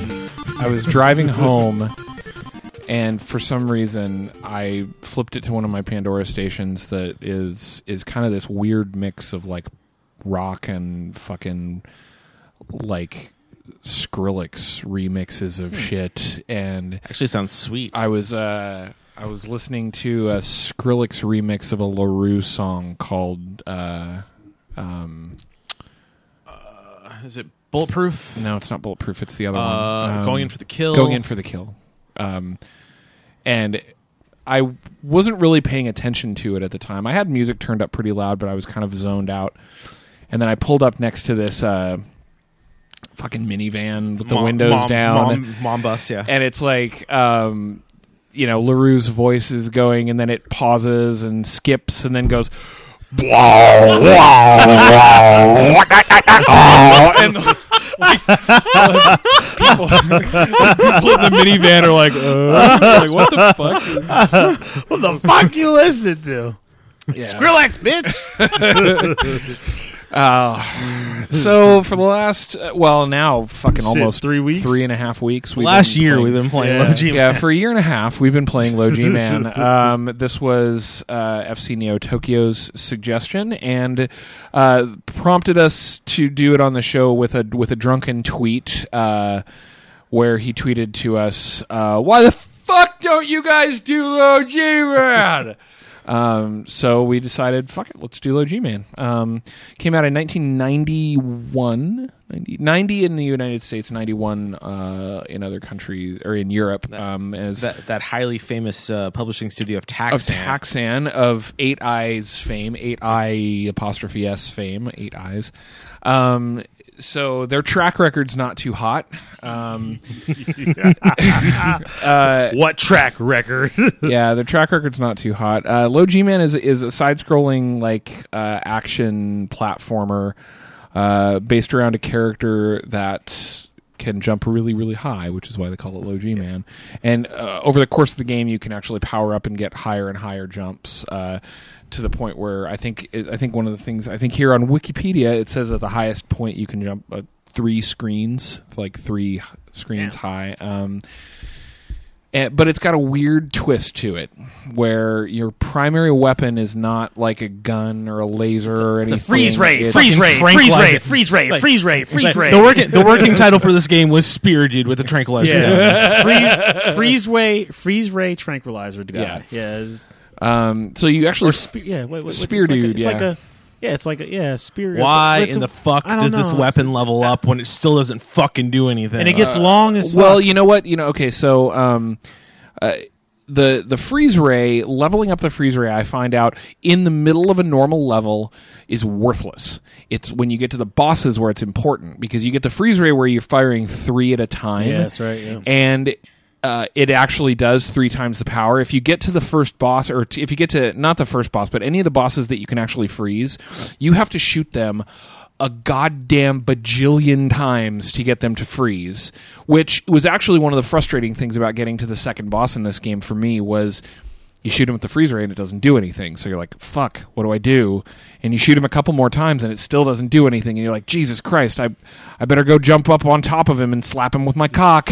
[SPEAKER 2] I was driving home and for some reason I flipped it to one of my Pandora stations that is is kind of this weird mix of like rock and fucking like Skrillex remixes
[SPEAKER 9] Hmm.
[SPEAKER 2] of shit and
[SPEAKER 9] Actually sounds sweet.
[SPEAKER 2] I was uh I was listening to a Skrillex remix of a LaRue song called uh um
[SPEAKER 9] Uh, Is it bulletproof?
[SPEAKER 2] no it's not bulletproof it's the other
[SPEAKER 9] Uh,
[SPEAKER 2] one Um,
[SPEAKER 9] going in for the kill.
[SPEAKER 2] going in for the kill. Um, and I wasn't really paying attention to it at the time. I had music turned up pretty loud, but I was kind of zoned out. And then I pulled up next to this uh, fucking minivan with the
[SPEAKER 9] Mom-
[SPEAKER 2] windows
[SPEAKER 9] mom-
[SPEAKER 2] down
[SPEAKER 9] Mom, mom bus. Yeah.
[SPEAKER 2] and it's like um you know LaRue's voice is going and then it pauses and skips and then goes and like, people, people in the minivan are like, uh, like what the fuck
[SPEAKER 10] what the fuck you listening to? Skrillex, bitch.
[SPEAKER 2] so for the last uh, well now fucking almost
[SPEAKER 10] three weeks?
[SPEAKER 2] three and a half weeks we've
[SPEAKER 9] Last
[SPEAKER 2] been
[SPEAKER 9] year
[SPEAKER 2] playing-
[SPEAKER 9] we've been playing
[SPEAKER 10] Yeah.
[SPEAKER 9] Low G.
[SPEAKER 2] yeah, for a year and a half, we've been playing Low G Man. um, this was uh, FC Neo Tokyo's suggestion and uh, prompted us to do it on the show with a with a drunken tweet uh, where he tweeted to us, uh, "Why the fuck don't you guys do Low G Man?" Um, so we decided, fuck it, let's do Low G Man. Um, came out in 1991, 90, 90 in the United States, 91 uh, in other countries or in Europe. Um, as
[SPEAKER 9] That that highly famous uh, publishing studio of Taxan.
[SPEAKER 2] of Taxan of Eight Eyes fame, Eight Eye apostrophe S fame, Eight Eyes. Um, so their track record's not too hot. Um,
[SPEAKER 10] What track record?
[SPEAKER 2] yeah, their track record's not too hot. Uh, Low G Man is is a side scrolling like uh, action platformer uh, based around a character that can jump really really high, which is why they call it Low G Man. And uh, over the course of the game, you can actually power up and get higher and higher jumps. Uh, to the point where I think I think one of the things I think here on Wikipedia it says at the highest point you can jump uh, three screens like three screens high. Um, and, Eh, but it's got a weird twist to it where your primary weapon is not like a gun or a laser or anything.
[SPEAKER 10] freeze ray,
[SPEAKER 2] It's-
[SPEAKER 10] freeze ray,
[SPEAKER 9] Frank
[SPEAKER 10] freeze
[SPEAKER 9] Lyman.
[SPEAKER 10] ray, freeze ray, freeze ray, freeze ray.
[SPEAKER 9] The working the working title for this game was Spear Dude with a tranquilizer.
[SPEAKER 10] yeah. freeze, freeze ray, frease ray tranquilizer guy. Yeah, yeah.
[SPEAKER 2] Um, so you actually
[SPEAKER 10] Or spear. Yeah, wait, wait, wait,
[SPEAKER 2] Spear
[SPEAKER 10] it's like
[SPEAKER 2] dude,
[SPEAKER 10] A, it's
[SPEAKER 2] yeah.
[SPEAKER 10] like a, yeah, it's like a yeah spear.
[SPEAKER 9] Why
[SPEAKER 10] it's
[SPEAKER 9] in the
[SPEAKER 10] a-
[SPEAKER 9] fuck
[SPEAKER 10] I don't
[SPEAKER 9] does this
[SPEAKER 10] know.
[SPEAKER 9] weapon Uh, level up when it still doesn't fucking do anything?
[SPEAKER 10] And it gets long as
[SPEAKER 2] well,
[SPEAKER 10] fuck.
[SPEAKER 2] you know what? You know, okay, so um, uh, the the freeze ray leveling up the freeze ray i find out in the middle of a normal level is worthless it's when you get to the bosses where it's important because you get the freeze ray where you're firing three at a time
[SPEAKER 10] Yeah, that's right, yeah.
[SPEAKER 2] and uh, it actually does three times the power. If you get to the first boss, or t- if you get to not the first boss, but any of the bosses that you can actually freeze, you have to shoot them a goddamn bajillion times to get them to freeze. Which was actually one of the frustrating things about getting to the second boss in this game for me was you shoot him with the freeze ray and it doesn't do anything. So you're like, fuck, what do I do? And you shoot him a couple more times and it still doesn't do anything. And you're like, Jesus Christ, I, I better go jump up on top of him and slap him with my cock.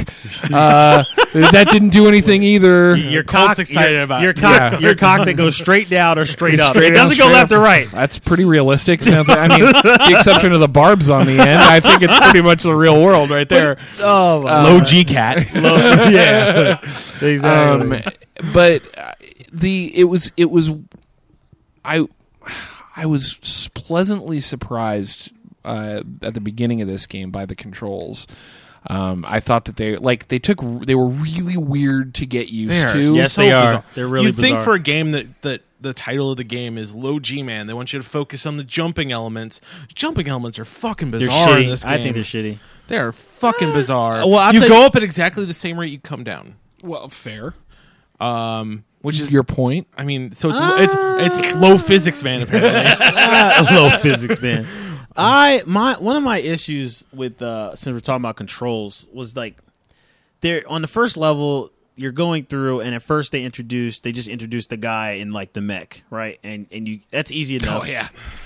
[SPEAKER 2] Uh, that didn't do anything either.
[SPEAKER 5] Your cock's excited
[SPEAKER 10] your-
[SPEAKER 5] about
[SPEAKER 10] your cock. Your cock that goes straight down or straight up.
[SPEAKER 2] Straight
[SPEAKER 10] it
[SPEAKER 2] down,
[SPEAKER 10] doesn't go
[SPEAKER 2] straight
[SPEAKER 10] left
[SPEAKER 2] up.
[SPEAKER 10] or right.
[SPEAKER 2] That's pretty realistic. Sounds like, I mean, the exception of the barbs on the end, I think it's pretty much the real world right there.
[SPEAKER 10] Oh, my
[SPEAKER 2] Low
[SPEAKER 10] G cat. yeah, exactly.
[SPEAKER 2] Um, but uh, the it was it was I I was s- pleasantly surprised uh, at the beginning of this game by the controls. Um, I thought that they like they took they were really weird to get used
[SPEAKER 9] They are
[SPEAKER 2] to.
[SPEAKER 9] so
[SPEAKER 10] Yes, they are.
[SPEAKER 9] bizarre.
[SPEAKER 10] They're really
[SPEAKER 9] You'd think
[SPEAKER 10] bizarre.
[SPEAKER 9] for a game that that the title of the game is low G man, they want you to focus on the jumping elements. Jumping elements are fucking
[SPEAKER 10] they're
[SPEAKER 9] bizarre in this
[SPEAKER 10] shitty.
[SPEAKER 9] game.
[SPEAKER 10] I think they're shitty.
[SPEAKER 9] They are fucking bizarre.
[SPEAKER 10] well, I'll
[SPEAKER 9] you
[SPEAKER 10] tell
[SPEAKER 9] go
[SPEAKER 10] you-
[SPEAKER 9] up at exactly the same rate you come down.
[SPEAKER 2] Well, fair.
[SPEAKER 9] Um, which is
[SPEAKER 2] Your point.
[SPEAKER 9] I mean, so it's
[SPEAKER 10] Ah.
[SPEAKER 9] it's it's low physics man apparently.
[SPEAKER 10] low physics man. I my one of my issues with uh since we're talking about controls was like there on the first level you're going through and at first they introduced they just introduced the guy in like the mech right and and you that's easy enough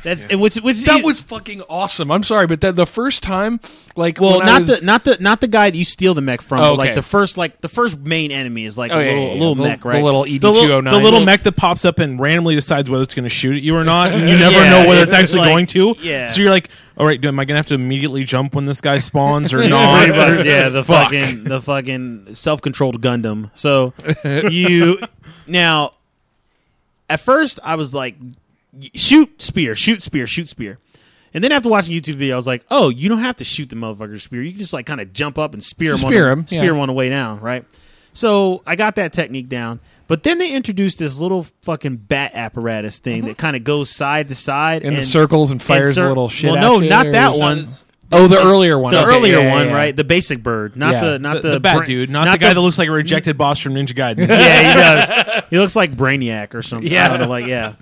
[SPEAKER 10] that's and which which
[SPEAKER 2] Oh, that was fucking awesome. I'm sorry, but that the first time, like,
[SPEAKER 10] well
[SPEAKER 2] when I
[SPEAKER 10] not
[SPEAKER 2] was-
[SPEAKER 10] the not the not the guy that you steal the mech from
[SPEAKER 2] Oh,
[SPEAKER 10] but like
[SPEAKER 2] okay.
[SPEAKER 10] the first like the first main enemy is like
[SPEAKER 2] Oh,
[SPEAKER 10] a
[SPEAKER 2] yeah, yeah,
[SPEAKER 10] little a
[SPEAKER 2] yeah.
[SPEAKER 10] little
[SPEAKER 2] The-
[SPEAKER 10] mech
[SPEAKER 2] the
[SPEAKER 10] right
[SPEAKER 2] little E
[SPEAKER 9] the, little,
[SPEAKER 2] ED209.
[SPEAKER 9] the little mech that pops up and randomly decides whether it's going to shoot at you or not, and you never
[SPEAKER 10] Yeah,
[SPEAKER 9] know whether it's,
[SPEAKER 10] it's
[SPEAKER 9] actually
[SPEAKER 10] like-
[SPEAKER 9] going to.
[SPEAKER 10] yeah.
[SPEAKER 9] So you're like, all right, am I going to have to immediately jump when this guy spawns or not?
[SPEAKER 10] Pretty much, yeah, the fucking the fucking self controlled Gundam. So you now at first I was like y- shoot spear, shoot spear, shoot spear. And then after watching YouTube video, I was like, oh, you don't have to shoot the motherfucker spear. You can just like kind of jump up and spear him
[SPEAKER 2] Spear
[SPEAKER 10] on
[SPEAKER 2] him,
[SPEAKER 10] the, spear
[SPEAKER 2] yeah.
[SPEAKER 10] him on the way down, right? So I got that technique down. But then they introduced this little fucking bat apparatus thing that kind of goes side to side
[SPEAKER 2] Mm-hmm. in
[SPEAKER 10] and
[SPEAKER 2] the circles and fires
[SPEAKER 10] cir-
[SPEAKER 2] little shit.
[SPEAKER 10] Well,
[SPEAKER 2] at
[SPEAKER 10] no,
[SPEAKER 2] you,
[SPEAKER 10] not
[SPEAKER 2] or
[SPEAKER 10] that
[SPEAKER 2] is-
[SPEAKER 10] one.
[SPEAKER 2] Oh, the earlier one.
[SPEAKER 10] The
[SPEAKER 2] Okay,
[SPEAKER 10] earlier
[SPEAKER 2] yeah, yeah,
[SPEAKER 10] one,
[SPEAKER 2] yeah.
[SPEAKER 10] right? The basic bird, not
[SPEAKER 2] Yeah.
[SPEAKER 10] the not
[SPEAKER 9] The,
[SPEAKER 10] the,
[SPEAKER 9] the bad
[SPEAKER 10] bra-
[SPEAKER 9] dude, not, the guy that looks like a rejected boss from Ninja Gaiden.
[SPEAKER 10] yeah, he does. He looks like Brainiac or something. I
[SPEAKER 2] Yeah.
[SPEAKER 10] don't know, like yeah.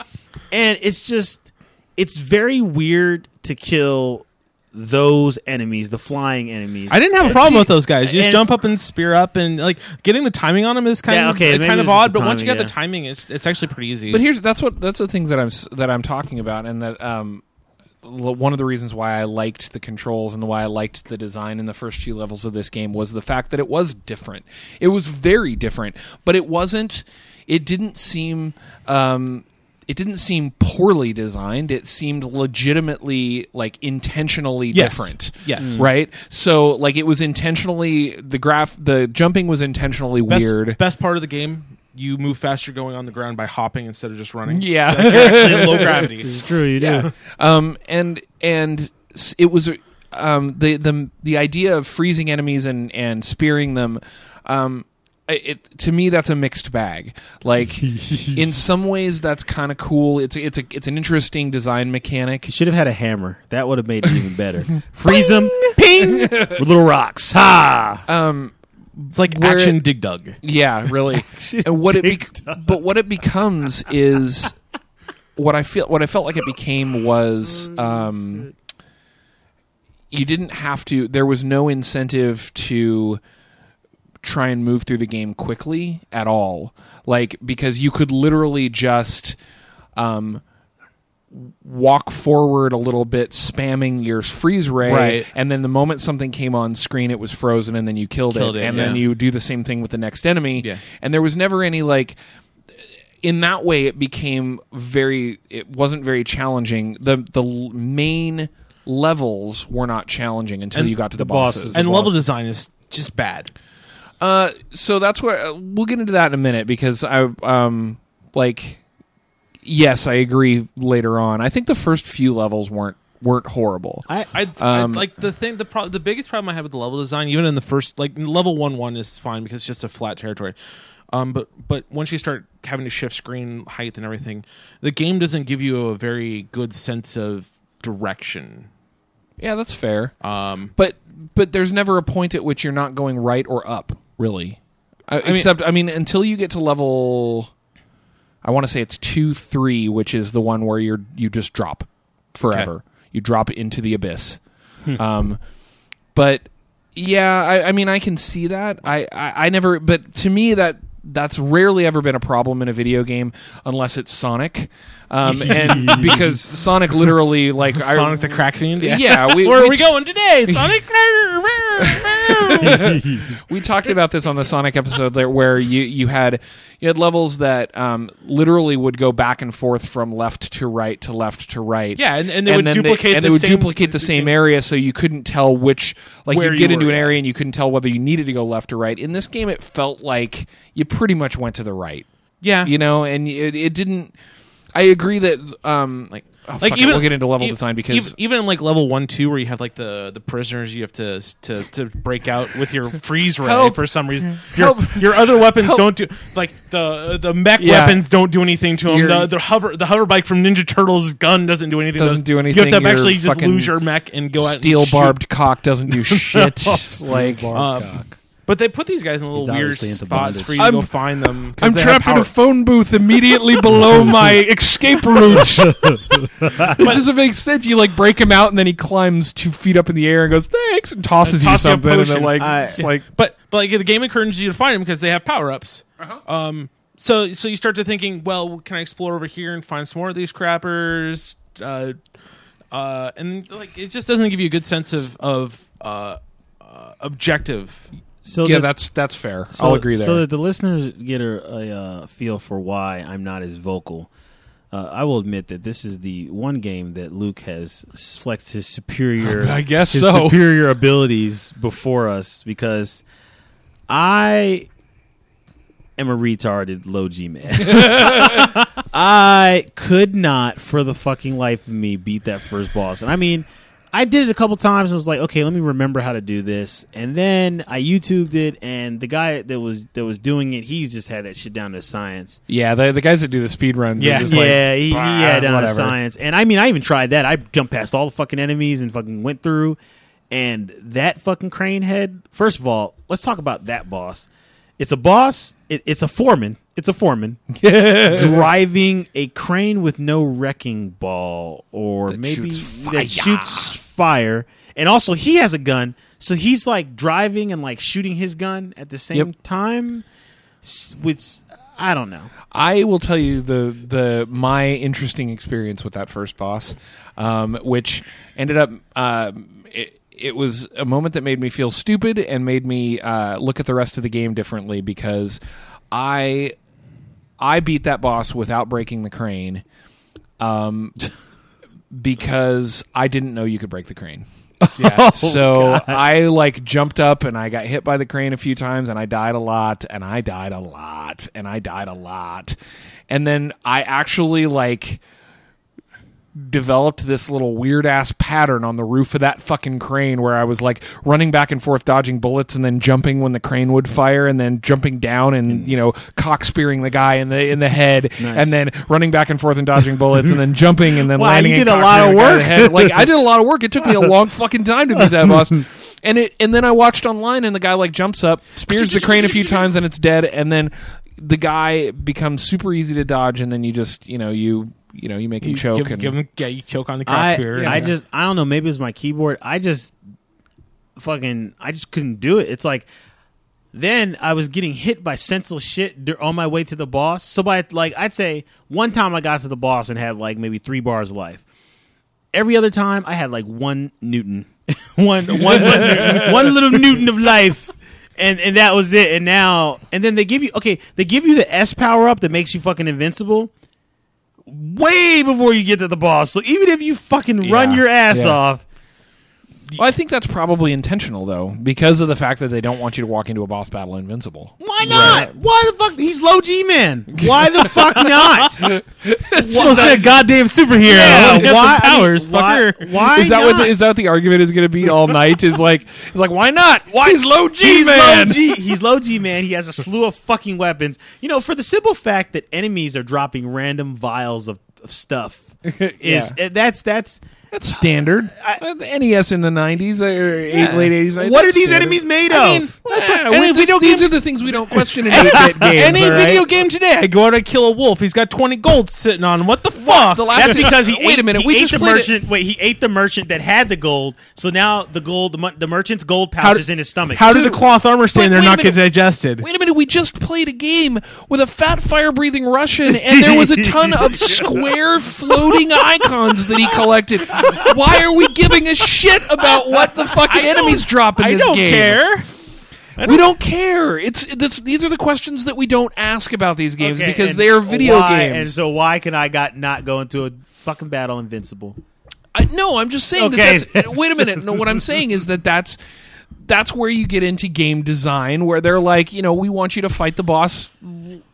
[SPEAKER 10] And it's just, it's very weird to kill those enemies, the flying enemies.
[SPEAKER 9] I didn't have a problem with those guys. You
[SPEAKER 10] and
[SPEAKER 9] just
[SPEAKER 10] it's-
[SPEAKER 9] jump up and spear up, and like getting the timing on them is kind
[SPEAKER 10] Yeah,
[SPEAKER 9] of
[SPEAKER 10] okay,
[SPEAKER 9] uh,
[SPEAKER 10] maybe
[SPEAKER 9] kind
[SPEAKER 10] it
[SPEAKER 9] of
[SPEAKER 10] was just
[SPEAKER 9] odd.
[SPEAKER 10] the
[SPEAKER 9] But once you get
[SPEAKER 10] timing,
[SPEAKER 9] the
[SPEAKER 10] yeah.
[SPEAKER 9] timing, it's it's actually pretty easy.
[SPEAKER 2] But here's that's what that's the things that I'm s- that I'm talking about, and that um, l- one of the reasons why I liked the controls and why I liked the design in the first few levels of this game was the fact that it was different. It was very different, but it wasn't. It didn't seem. Um, it didn't seem poorly designed. It seemed legitimately like intentionally
[SPEAKER 9] Yes.
[SPEAKER 2] different.
[SPEAKER 9] Yes.
[SPEAKER 2] Right. So like it was intentionally the graph the jumping was intentionally
[SPEAKER 9] best,
[SPEAKER 2] weird.
[SPEAKER 9] Best part of the game, you move faster going on the ground by hopping instead of just running.
[SPEAKER 2] Yeah.
[SPEAKER 9] Like, you're actually in low gravity.
[SPEAKER 10] It's true, you do.
[SPEAKER 2] um, and and s- it was um, the the the idea of freezing enemies and and spearing them. Um, i- it to me that's a mixed bag. Like in some ways that's kind of cool. It's it's a it's an interesting design mechanic.
[SPEAKER 10] You should have had a hammer. That would have made it even better. Freeze them, ping, with little rocks. Ha!
[SPEAKER 9] Uh, It's like
[SPEAKER 2] Where
[SPEAKER 9] action
[SPEAKER 2] it-
[SPEAKER 9] dig dug.
[SPEAKER 2] Yeah, really. and what it bec- but what it becomes is what I feel what I felt like it became was um, you didn't have to there was no incentive to try and move through the game quickly at all. Like because you could literally just um walk forward a little bit spamming your freeze ray
[SPEAKER 9] Right.
[SPEAKER 2] and then the moment something came on screen it was frozen and then you killed,
[SPEAKER 9] Killed it,
[SPEAKER 2] and then
[SPEAKER 9] yeah.
[SPEAKER 2] you do the same thing with the next enemy
[SPEAKER 9] Yeah.
[SPEAKER 2] and there was never any like in that way it became very it wasn't very challenging the the l- main levels were not challenging until
[SPEAKER 9] And
[SPEAKER 2] you got to the,
[SPEAKER 10] the bosses.
[SPEAKER 2] bosses
[SPEAKER 9] And level
[SPEAKER 10] losses.
[SPEAKER 9] design is just bad.
[SPEAKER 2] uh, so that's where uh, we'll get into that in a minute because I um like yes, I agree later on. I think the first few levels weren't weren't horrible.
[SPEAKER 9] I, I,
[SPEAKER 2] Um,
[SPEAKER 9] like the thing. The pro- the biggest problem I have with the level design, even in the first, like level one one is fine because it's just a flat territory. Um, but but once you start having to shift screen height and everything, the game doesn't give you a very good sense of direction.
[SPEAKER 2] Yeah, that's fair.
[SPEAKER 9] Um,
[SPEAKER 2] but but there's never a point at which you're not going right or up, really. I,
[SPEAKER 9] mean-
[SPEAKER 2] except I mean, until you get to level, I want to say it's two three, which is the one where you're you just drop forever. You drop into the abyss.
[SPEAKER 9] Hmm.
[SPEAKER 2] um, but yeah, I, I mean, I can see that. I, I I never, but to me that. That's rarely ever been a problem in a video game unless it's Sonic, um, and because Sonic literally like I-
[SPEAKER 9] Sonic the Crack Fiend.
[SPEAKER 2] yeah, we,
[SPEAKER 8] Where are we
[SPEAKER 2] t-
[SPEAKER 8] going today, Sonic?
[SPEAKER 2] we talked about this on the Sonic episode there, where you you had you had levels that um, literally would go back and forth from left to right to left to right.
[SPEAKER 9] Yeah, and- and they would
[SPEAKER 2] then
[SPEAKER 9] duplicate
[SPEAKER 2] and
[SPEAKER 9] the
[SPEAKER 2] they would
[SPEAKER 9] same-
[SPEAKER 2] duplicate the same area, so you couldn't tell which like
[SPEAKER 9] Where
[SPEAKER 2] you get
[SPEAKER 9] you
[SPEAKER 2] into
[SPEAKER 9] were,
[SPEAKER 2] an
[SPEAKER 9] yeah.
[SPEAKER 2] area and you couldn't tell whether you needed to go left or right. In this game, it felt like you pretty much went to the right.
[SPEAKER 9] yeah.
[SPEAKER 2] You know, and it, it didn't. I agree that um,
[SPEAKER 9] like
[SPEAKER 2] oh, fuck it, we'll get into level
[SPEAKER 9] e-
[SPEAKER 2] design because
[SPEAKER 9] even, even in like level one two where you have like the the prisoners you have to to, to break out with your freeze ray
[SPEAKER 2] Help.
[SPEAKER 9] for some reason your
[SPEAKER 2] Help.
[SPEAKER 9] your other weapons
[SPEAKER 2] Help.
[SPEAKER 9] don't do like the the mech
[SPEAKER 2] Yeah.
[SPEAKER 9] weapons don't do anything to them
[SPEAKER 2] Your-
[SPEAKER 9] the, the hover the hover bike from Ninja Turtles gun doesn't do anything to
[SPEAKER 2] Doesn't
[SPEAKER 9] us.
[SPEAKER 2] do
[SPEAKER 9] you have to
[SPEAKER 2] anything. Your
[SPEAKER 9] actually just
[SPEAKER 2] fucking
[SPEAKER 9] lose your mech and go out and
[SPEAKER 2] steel
[SPEAKER 9] shoot.
[SPEAKER 2] barbed cock doesn't do shit. like
[SPEAKER 9] Um, but they put these guys in little
[SPEAKER 10] He's
[SPEAKER 9] weird
[SPEAKER 10] obviously into
[SPEAKER 9] spots
[SPEAKER 10] bondage.
[SPEAKER 9] for you to
[SPEAKER 2] I'm-
[SPEAKER 9] go find them 'cause
[SPEAKER 2] I'm
[SPEAKER 9] they have
[SPEAKER 2] trapped in a
[SPEAKER 9] power-
[SPEAKER 2] phone booth immediately below my escape route. it doesn't make sense. You like break him out, and then he climbs two feet up in the air and goes thanks, and tosses
[SPEAKER 9] Uh, toss
[SPEAKER 2] you
[SPEAKER 9] you a
[SPEAKER 2] something, and then
[SPEAKER 9] potion.
[SPEAKER 2] like
[SPEAKER 10] I-
[SPEAKER 2] it's like
[SPEAKER 9] But but like the game encourages you to find them because they have power ups.
[SPEAKER 2] Uh-huh.
[SPEAKER 9] Um, so so you start to thinking, well, can I explore over here and find some more of these crappers? Uh, uh, and like it just doesn't give you a good sense of of uh, uh, objective.
[SPEAKER 10] So
[SPEAKER 2] yeah,
[SPEAKER 10] the-
[SPEAKER 2] that's that's fair.
[SPEAKER 10] so-
[SPEAKER 2] I'll agree there.
[SPEAKER 10] So that the listeners get a, a uh, feel for why I'm not as vocal. Uh, I will admit that this is the one game that Luke has s- flexed his superior,
[SPEAKER 2] I guess
[SPEAKER 10] his
[SPEAKER 2] so.
[SPEAKER 10] superior abilities before us because I am a retarded low G man. I could not, for the fucking life of me, beat that first boss. And I mean, I did it a couple times and was like, okay, let me remember how to do this. And then I YouTubed it, and the guy that was that was doing it, he just had that shit down to science.
[SPEAKER 2] yeah, the, the guys that do the speed runs, are just like,
[SPEAKER 10] yeah, he, he
[SPEAKER 2] "Bah,
[SPEAKER 10] had down to
[SPEAKER 2] whatever."
[SPEAKER 10] science. And I mean, I even tried that. I jumped past all the fucking enemies and fucking went through. And that fucking crane head. First of all, let's talk about that boss. It's a boss. It, it's a foreman. It's a foreman driving a crane with no wrecking ball or maybe
[SPEAKER 2] shoots fire.
[SPEAKER 10] that shoots fire. And also, he has a gun, so he's like driving and like shooting his gun at the same
[SPEAKER 2] Yep.
[SPEAKER 10] time. s- Which I don't know.
[SPEAKER 2] I will tell you the the my interesting experience with that first boss, um, which ended up uh, it, it was a moment that made me feel stupid and made me uh, look at the rest of the game differently because I I beat that boss without breaking the crane, um, because I didn't know you could break the crane. so I like jumped up and I got hit by the crane a few times and I died a lot and I died a lot and I died a lot. And then I actually like developed this little weird ass pattern on the roof of that fucking crane where I was like running back and forth dodging bullets and then jumping when the crane would fire and then jumping down and you know cock spearing the guy in the in the head
[SPEAKER 10] Nice.
[SPEAKER 2] and then running back and forth and dodging bullets and then jumping and then
[SPEAKER 10] Wow,
[SPEAKER 2] landing
[SPEAKER 10] you
[SPEAKER 2] and
[SPEAKER 10] did a
[SPEAKER 2] cock
[SPEAKER 10] lot
[SPEAKER 2] spearing
[SPEAKER 10] of
[SPEAKER 2] the guy in the
[SPEAKER 10] work.
[SPEAKER 2] head. like I did a lot of work it took me a long fucking time to beat that boss and it and then I watched online and the guy like jumps up spears the crane a few times and it's dead and then the guy becomes super easy to dodge and then you just you know you you know you make him choke
[SPEAKER 9] Give,
[SPEAKER 2] and
[SPEAKER 9] give 'em- yeah, you choke on the
[SPEAKER 10] I,
[SPEAKER 9] crosshair.
[SPEAKER 10] I just I don't know. Maybe it was my keyboard. I just fucking I just couldn't do it. It's like then I was getting hit by senseless shit dur- on my way to the boss. So by like I'd say one time I got to the boss and had like maybe three bars of life. Every other time I had like one Newton, one one one, Newton, one little Newton of life. And, and that was it. And now and then they give you okay, they give you the S power up that makes you fucking invincible way before you get to the boss. So even if you fucking run
[SPEAKER 2] Yeah,
[SPEAKER 10] your ass
[SPEAKER 2] yeah.
[SPEAKER 10] off,
[SPEAKER 2] Well, I think that's probably intentional though, because of the fact that they don't want you to walk into a boss battle invincible.
[SPEAKER 10] Why not? Why the fuck? He's low G man. Why the fuck not? supposed to be a goddamn superhero.
[SPEAKER 8] Yeah,
[SPEAKER 10] why
[SPEAKER 8] some powers,
[SPEAKER 10] why,
[SPEAKER 8] fucker.
[SPEAKER 10] why
[SPEAKER 2] Is that
[SPEAKER 10] not?
[SPEAKER 2] what the, is that what the argument is going to be all night? Is like is like why not? Why is low G
[SPEAKER 10] He's
[SPEAKER 2] man?
[SPEAKER 10] low G. He's low G man. He has a slew of fucking weapons. You know, for the simple fact that enemies are dropping random vials of, of stuff is
[SPEAKER 2] Yeah.
[SPEAKER 10] uh, that's that's
[SPEAKER 2] That's standard. Uh, the NES in the nineties uh, or eight, late eighties.
[SPEAKER 10] what are these enemies made of?
[SPEAKER 2] That's a, we, video these are the things we don't question in 8-bit games.
[SPEAKER 9] Any
[SPEAKER 2] all right?
[SPEAKER 9] video game today, I go out and kill a wolf. He's got twenty gold sitting on him. What the fuck?
[SPEAKER 2] The last
[SPEAKER 10] That's because he
[SPEAKER 2] wait
[SPEAKER 10] ate,
[SPEAKER 2] a minute.
[SPEAKER 10] He
[SPEAKER 2] we
[SPEAKER 10] ate
[SPEAKER 2] just
[SPEAKER 10] the
[SPEAKER 2] played it-
[SPEAKER 10] merchant. Wait, he ate the merchant that had the gold. So now the gold, the, mon- the merchant's gold pouch
[SPEAKER 9] did-
[SPEAKER 10] is in his stomach.
[SPEAKER 9] How did the cloth armor
[SPEAKER 2] But
[SPEAKER 9] stand there
[SPEAKER 2] wait a
[SPEAKER 9] not get
[SPEAKER 2] minute.
[SPEAKER 9] digested?
[SPEAKER 2] Wait a minute, we just played a game with a fat fire breathing Russian and there was a ton of square floating icons that he collected. Why are we giving a shit about what the fucking enemies drop in
[SPEAKER 9] I
[SPEAKER 2] this
[SPEAKER 9] don't
[SPEAKER 2] game?
[SPEAKER 9] care.
[SPEAKER 2] we don't care. It's, it's these are the questions that we don't ask about these games
[SPEAKER 10] Okay,
[SPEAKER 2] because
[SPEAKER 10] and
[SPEAKER 2] they are video
[SPEAKER 10] why-
[SPEAKER 2] games.
[SPEAKER 10] And so why can I got not go into a fucking battle invincible?
[SPEAKER 2] I, no, I'm just saying.
[SPEAKER 10] Okay,
[SPEAKER 2] That that's, uh, wait a minute. No, what I'm saying is that that's that's where you get into game design, where they're like, you know, we want you to fight the boss,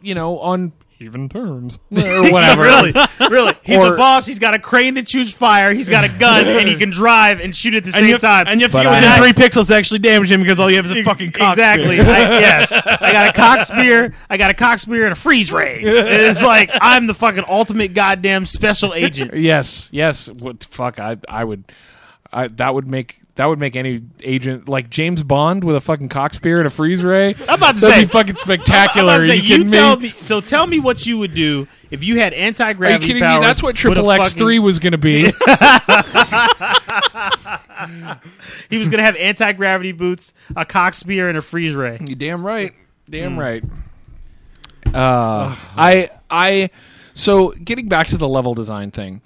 [SPEAKER 2] you know, on Uh, even terms or whatever.
[SPEAKER 10] really, really. He's
[SPEAKER 2] Or-
[SPEAKER 10] a boss. He's got a crane that shoots fire. He's got a gun, and he can drive and shoot at the same
[SPEAKER 9] you have-
[SPEAKER 10] time.
[SPEAKER 9] and you have to
[SPEAKER 10] But
[SPEAKER 9] get
[SPEAKER 10] I-
[SPEAKER 9] within three pixels to actually damage him because all you have is a fucking cock.
[SPEAKER 10] Exactly. I, yes, I got a cock spear. I got a cock spear and a freeze ray. It's like I'm the fucking ultimate goddamn special agent.
[SPEAKER 2] Yes, yes. What fuck? I I would. I that would make. That would make any agent like James Bond with a fucking cock spear and a freeze ray. I'm
[SPEAKER 10] about
[SPEAKER 2] That'd
[SPEAKER 10] to say-
[SPEAKER 2] be fucking
[SPEAKER 10] I'm
[SPEAKER 2] spectacular.
[SPEAKER 10] about to say,
[SPEAKER 2] Are you kidding
[SPEAKER 10] tell
[SPEAKER 2] me?
[SPEAKER 10] me. So tell me what you would do if you had anti
[SPEAKER 2] Are you
[SPEAKER 10] gravity
[SPEAKER 2] kidding
[SPEAKER 10] powers.
[SPEAKER 2] me? That's what
[SPEAKER 10] with a
[SPEAKER 2] Triple X three
[SPEAKER 10] fucking-
[SPEAKER 2] was going to be.
[SPEAKER 10] He was gonna have anti gravity boots, a cock spear, and a freeze ray.
[SPEAKER 2] You damn right. Damn right. Hmm. Uh, I I so getting back to the level design thing.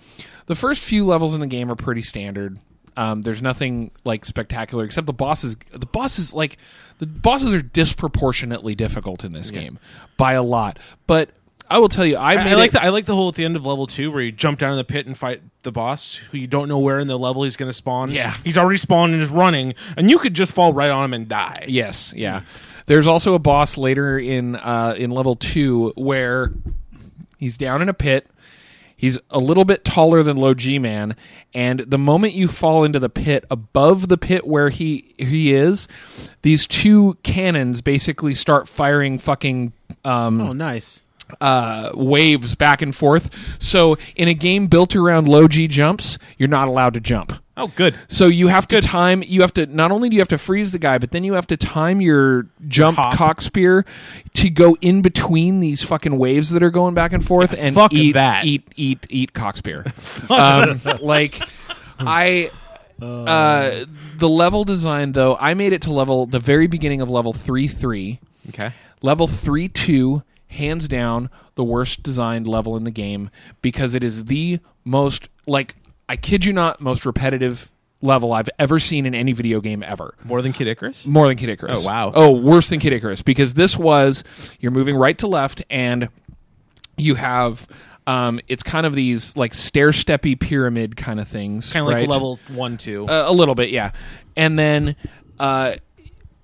[SPEAKER 2] The first few levels in the game are pretty standard. Um, there's nothing like spectacular except the bosses. The bosses like the bosses are disproportionately difficult in this game by a lot. But I will tell you, I,
[SPEAKER 9] I,
[SPEAKER 2] made
[SPEAKER 9] I like
[SPEAKER 2] it-
[SPEAKER 9] the, I like the whole at the end of level two where you jump down in the pit and fight the boss who you don't know where in the level he's going to spawn.
[SPEAKER 2] Yeah.
[SPEAKER 9] he's already spawned and is running, and you could just fall right on him and die.
[SPEAKER 2] Yes, yeah. There's also a boss later in uh, in level two where he's down in a pit. He's a little bit taller than Low G Man, and the moment you fall into the pit above the pit where he he is, these two cannons basically start firing fucking um,
[SPEAKER 10] Oh, nice.
[SPEAKER 2] uh, waves back and forth. So in a game built around low G jumps, you're not allowed to jump.
[SPEAKER 9] Oh, good.
[SPEAKER 2] So you have to time. You have to not only do you have to freeze the guy, but then you have to time your jump cock spear to go in between these fucking waves that are going back and forth and
[SPEAKER 9] fuck
[SPEAKER 2] eat
[SPEAKER 9] that.
[SPEAKER 2] eat eat eat cock spear. um, like I. Uh, the level design though, I made it to level the very beginning of level three three,
[SPEAKER 9] Okay.
[SPEAKER 2] Level 3 2, hands down, the worst designed level in the game because it is the most, like, I kid you not, most repetitive level I've ever seen in any video game ever.
[SPEAKER 9] More than Kid Icarus?
[SPEAKER 2] More than Kid Icarus.
[SPEAKER 9] Oh, wow.
[SPEAKER 2] Oh, worse than Kid Icarus because this was you're moving right to left and you have. Um, it's kind of these like stair steppy pyramid kind of things,
[SPEAKER 9] Kind of like
[SPEAKER 2] right?
[SPEAKER 9] level one, two.
[SPEAKER 2] Uh, a little bit, yeah. And then uh,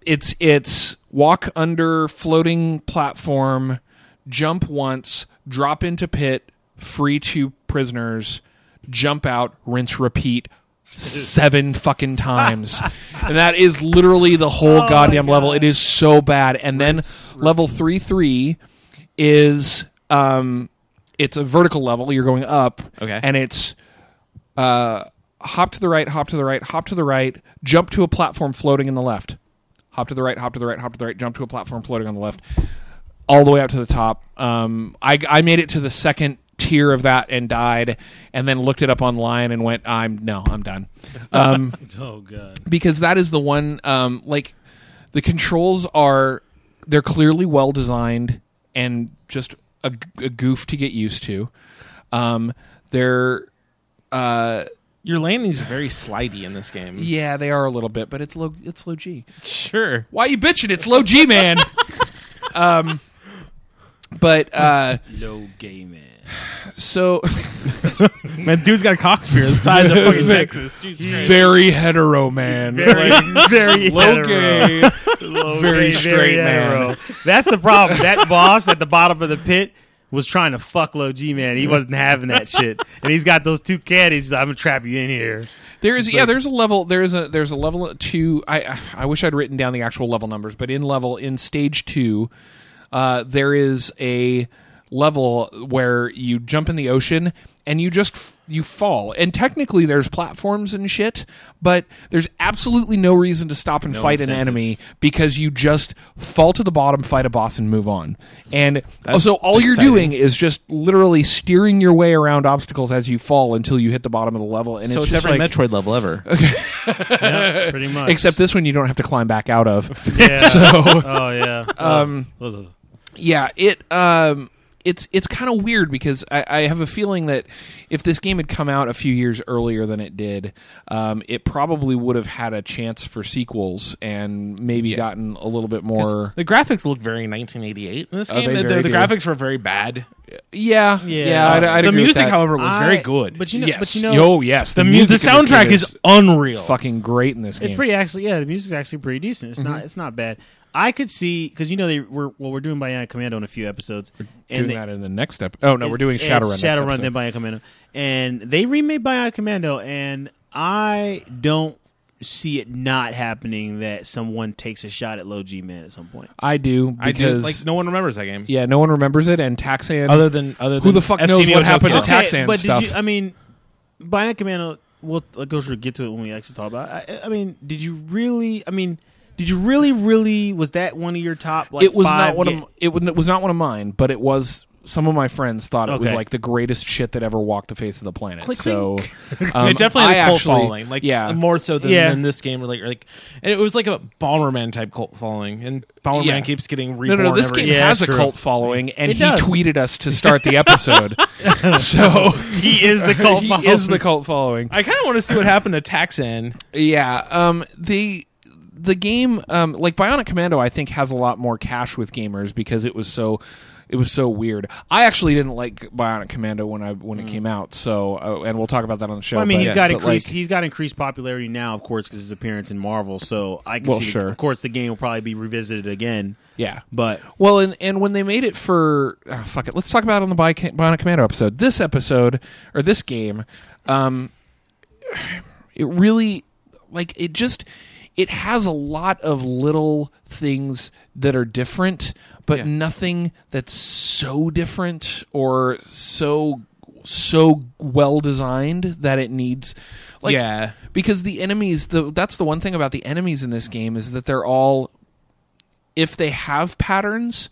[SPEAKER 2] it's it's walk under floating platform, jump once, drop into pit, free two prisoners, jump out, rinse, repeat. Seven fucking times, and that is literally the whole goddamn level. It is so bad. And then level three three is um, it's a vertical level. You're going up,
[SPEAKER 9] Okay.
[SPEAKER 2] and it's uh, hop to the right, hop to the right, hop to the right, jump to a platform floating in the left. Hop to the right, hop to the right, hop to the right, jump to a platform floating on the left, all the way up to the top. Um, I, I made it to the second tier of that and died, and then looked it up online and went, I'm no, I'm done
[SPEAKER 10] Oh god.
[SPEAKER 2] because that is the one um, like the controls are they're clearly well designed and just a, a goof to get used to. Um, they're
[SPEAKER 9] Your landings are very slidey in this game.
[SPEAKER 2] yeah, they are a little bit, but it's low it's low G.
[SPEAKER 9] Sure.
[SPEAKER 2] Why you bitching? It's low G, man. um,
[SPEAKER 11] But uh,
[SPEAKER 10] Low gay man.
[SPEAKER 11] so
[SPEAKER 8] Man, dude's got a cocksphere the size of fucking Texas. Jesus Christ.
[SPEAKER 2] very hetero man.
[SPEAKER 8] Very-
[SPEAKER 2] Like,
[SPEAKER 8] very
[SPEAKER 2] low
[SPEAKER 8] hetero.
[SPEAKER 2] gay,
[SPEAKER 8] Low
[SPEAKER 2] very
[SPEAKER 8] gay,
[SPEAKER 2] straight
[SPEAKER 10] hetero.
[SPEAKER 2] man.
[SPEAKER 10] That's the problem. That boss at the bottom of the pit was trying to fuck low G man. He wasn't having that shit, and he's got those two caddies. I'm gonna trap you in here.
[SPEAKER 2] There is yeah, there's a level there's a there's a level two I I wish I'd written down the actual level numbers, but in level in stage two, uh, there is a level where you jump in the ocean and you just f- you fall and technically there's platforms and shit but there's absolutely no reason to stop and fight
[SPEAKER 10] incentive.
[SPEAKER 2] an enemy because you just fall to the bottom fight a boss and move on and so all you're
[SPEAKER 9] exciting.
[SPEAKER 2] doing is just literally steering your way around obstacles as you fall until you hit the bottom of the level and
[SPEAKER 9] so
[SPEAKER 2] it's
[SPEAKER 9] it's,
[SPEAKER 2] just
[SPEAKER 9] every
[SPEAKER 2] like,
[SPEAKER 9] Metroid level ever.
[SPEAKER 10] Pretty much.
[SPEAKER 2] except this one you don't have to climb back out of.
[SPEAKER 10] yeah.
[SPEAKER 2] so
[SPEAKER 10] oh yeah. Um.
[SPEAKER 2] yeah, it um it's it's kind of weird because I, I have a feeling that if this game had come out a few years earlier than it did, um, it probably would have had a chance for sequels and maybe gotten a little bit more.
[SPEAKER 9] The graphics look very 1988 in this
[SPEAKER 2] Oh,
[SPEAKER 9] game.
[SPEAKER 2] they
[SPEAKER 9] The-
[SPEAKER 2] very
[SPEAKER 9] the, the
[SPEAKER 2] do.
[SPEAKER 9] graphics were very bad.
[SPEAKER 2] Yeah, yeah. I'd, I'd
[SPEAKER 8] the
[SPEAKER 2] agree with
[SPEAKER 8] music,
[SPEAKER 2] that.
[SPEAKER 8] however, was very
[SPEAKER 10] I-
[SPEAKER 8] good.
[SPEAKER 10] But you know.
[SPEAKER 2] yes.
[SPEAKER 10] But you know.
[SPEAKER 2] oh yes, the,
[SPEAKER 8] the, mu-
[SPEAKER 2] music.
[SPEAKER 8] the
[SPEAKER 2] in this game
[SPEAKER 8] soundtrack is,
[SPEAKER 2] is
[SPEAKER 8] unreal.
[SPEAKER 2] fucking Mm-hmm. great in this
[SPEAKER 10] It's
[SPEAKER 2] game.
[SPEAKER 10] pretty actually. Yeah, the music's actually pretty decent. It's not. It's not bad. I could see because you know they were well. We're doing Bionic Commando in a few episodes,
[SPEAKER 2] doing
[SPEAKER 10] and they,
[SPEAKER 2] that in the next step. Oh no, we're doing
[SPEAKER 10] it's
[SPEAKER 2] Shadowrun. next
[SPEAKER 10] Shadowrun,
[SPEAKER 2] episode.
[SPEAKER 10] then Bionic Commando, and they remade Bionic Commando, and I don't see it not happening that someone takes a shot at Low G Man at some point.
[SPEAKER 2] I do
[SPEAKER 9] I
[SPEAKER 2] because
[SPEAKER 9] do like no one remembers that game.
[SPEAKER 2] yeah, no one remembers it, and Taxan
[SPEAKER 9] Other than other
[SPEAKER 2] Who
[SPEAKER 9] than
[SPEAKER 2] the fuck
[SPEAKER 9] FC
[SPEAKER 2] knows what
[SPEAKER 9] Neo
[SPEAKER 2] happened
[SPEAKER 9] Tokyo.
[SPEAKER 2] to Tax and
[SPEAKER 10] but
[SPEAKER 2] stuff.
[SPEAKER 10] Did you, I mean, Bionic Commando. We'll uh, go through get to it when we actually talk about. It. I, I mean, did you really? I mean, did you really? Really? Was that one of your top? Like
[SPEAKER 2] it was
[SPEAKER 10] five
[SPEAKER 2] not one
[SPEAKER 10] ga-
[SPEAKER 2] of m- it was, it was not one of mine, but it was some of my friends thought it was
[SPEAKER 10] Okay.
[SPEAKER 2] like the greatest shit that ever walked the face of the planet.
[SPEAKER 9] Click,
[SPEAKER 2] so um,
[SPEAKER 9] It definitely
[SPEAKER 2] I
[SPEAKER 9] had a cult
[SPEAKER 2] actually-
[SPEAKER 9] following, like uh,
[SPEAKER 2] yeah,
[SPEAKER 9] more so than,
[SPEAKER 10] Yeah.
[SPEAKER 9] than this game. Or like, or like, and it was like a Bomberman type cult following, and Bomberman
[SPEAKER 2] Yeah.
[SPEAKER 9] keeps getting
[SPEAKER 2] no,
[SPEAKER 9] reborn.
[SPEAKER 2] no, no, this
[SPEAKER 9] every
[SPEAKER 2] game
[SPEAKER 10] Yeah,
[SPEAKER 2] has a
[SPEAKER 10] that's true.
[SPEAKER 2] cult following, and
[SPEAKER 10] It
[SPEAKER 2] he
[SPEAKER 10] does.
[SPEAKER 2] tweeted us to start the episode. so
[SPEAKER 10] He is the cult.
[SPEAKER 2] he
[SPEAKER 10] following.
[SPEAKER 2] is the cult following.
[SPEAKER 9] I kind of want to see what happened to Taxan.
[SPEAKER 2] Yeah. Um. The the game, um, like Bionic Commando, I think has a lot more cash with gamers because it was so. It was so weird. I actually didn't like Bionic Commando when I when it came out. So, uh, and we'll talk about that on the show.
[SPEAKER 10] Mm. Well, I mean,
[SPEAKER 2] but-
[SPEAKER 10] he's got
[SPEAKER 2] but,
[SPEAKER 10] increased.
[SPEAKER 2] like-
[SPEAKER 10] he's got increased popularity now, of course, because his appearance in Marvel. So I can
[SPEAKER 2] Well,
[SPEAKER 10] see.
[SPEAKER 2] sure.
[SPEAKER 10] Of course, the game will probably be revisited again.
[SPEAKER 2] yeah.
[SPEAKER 10] But
[SPEAKER 2] Well, and, and when they made it for oh, fuck it, let's talk about it on the Bi- Bionic Commando episode. This episode or this game, um, it really like it just it has a lot of little things that are different, but nothing that's so different or so so well designed that it needs like
[SPEAKER 9] Yeah.
[SPEAKER 2] because the enemies the that's the one thing about the enemies in this game is that they're all if they have patterns,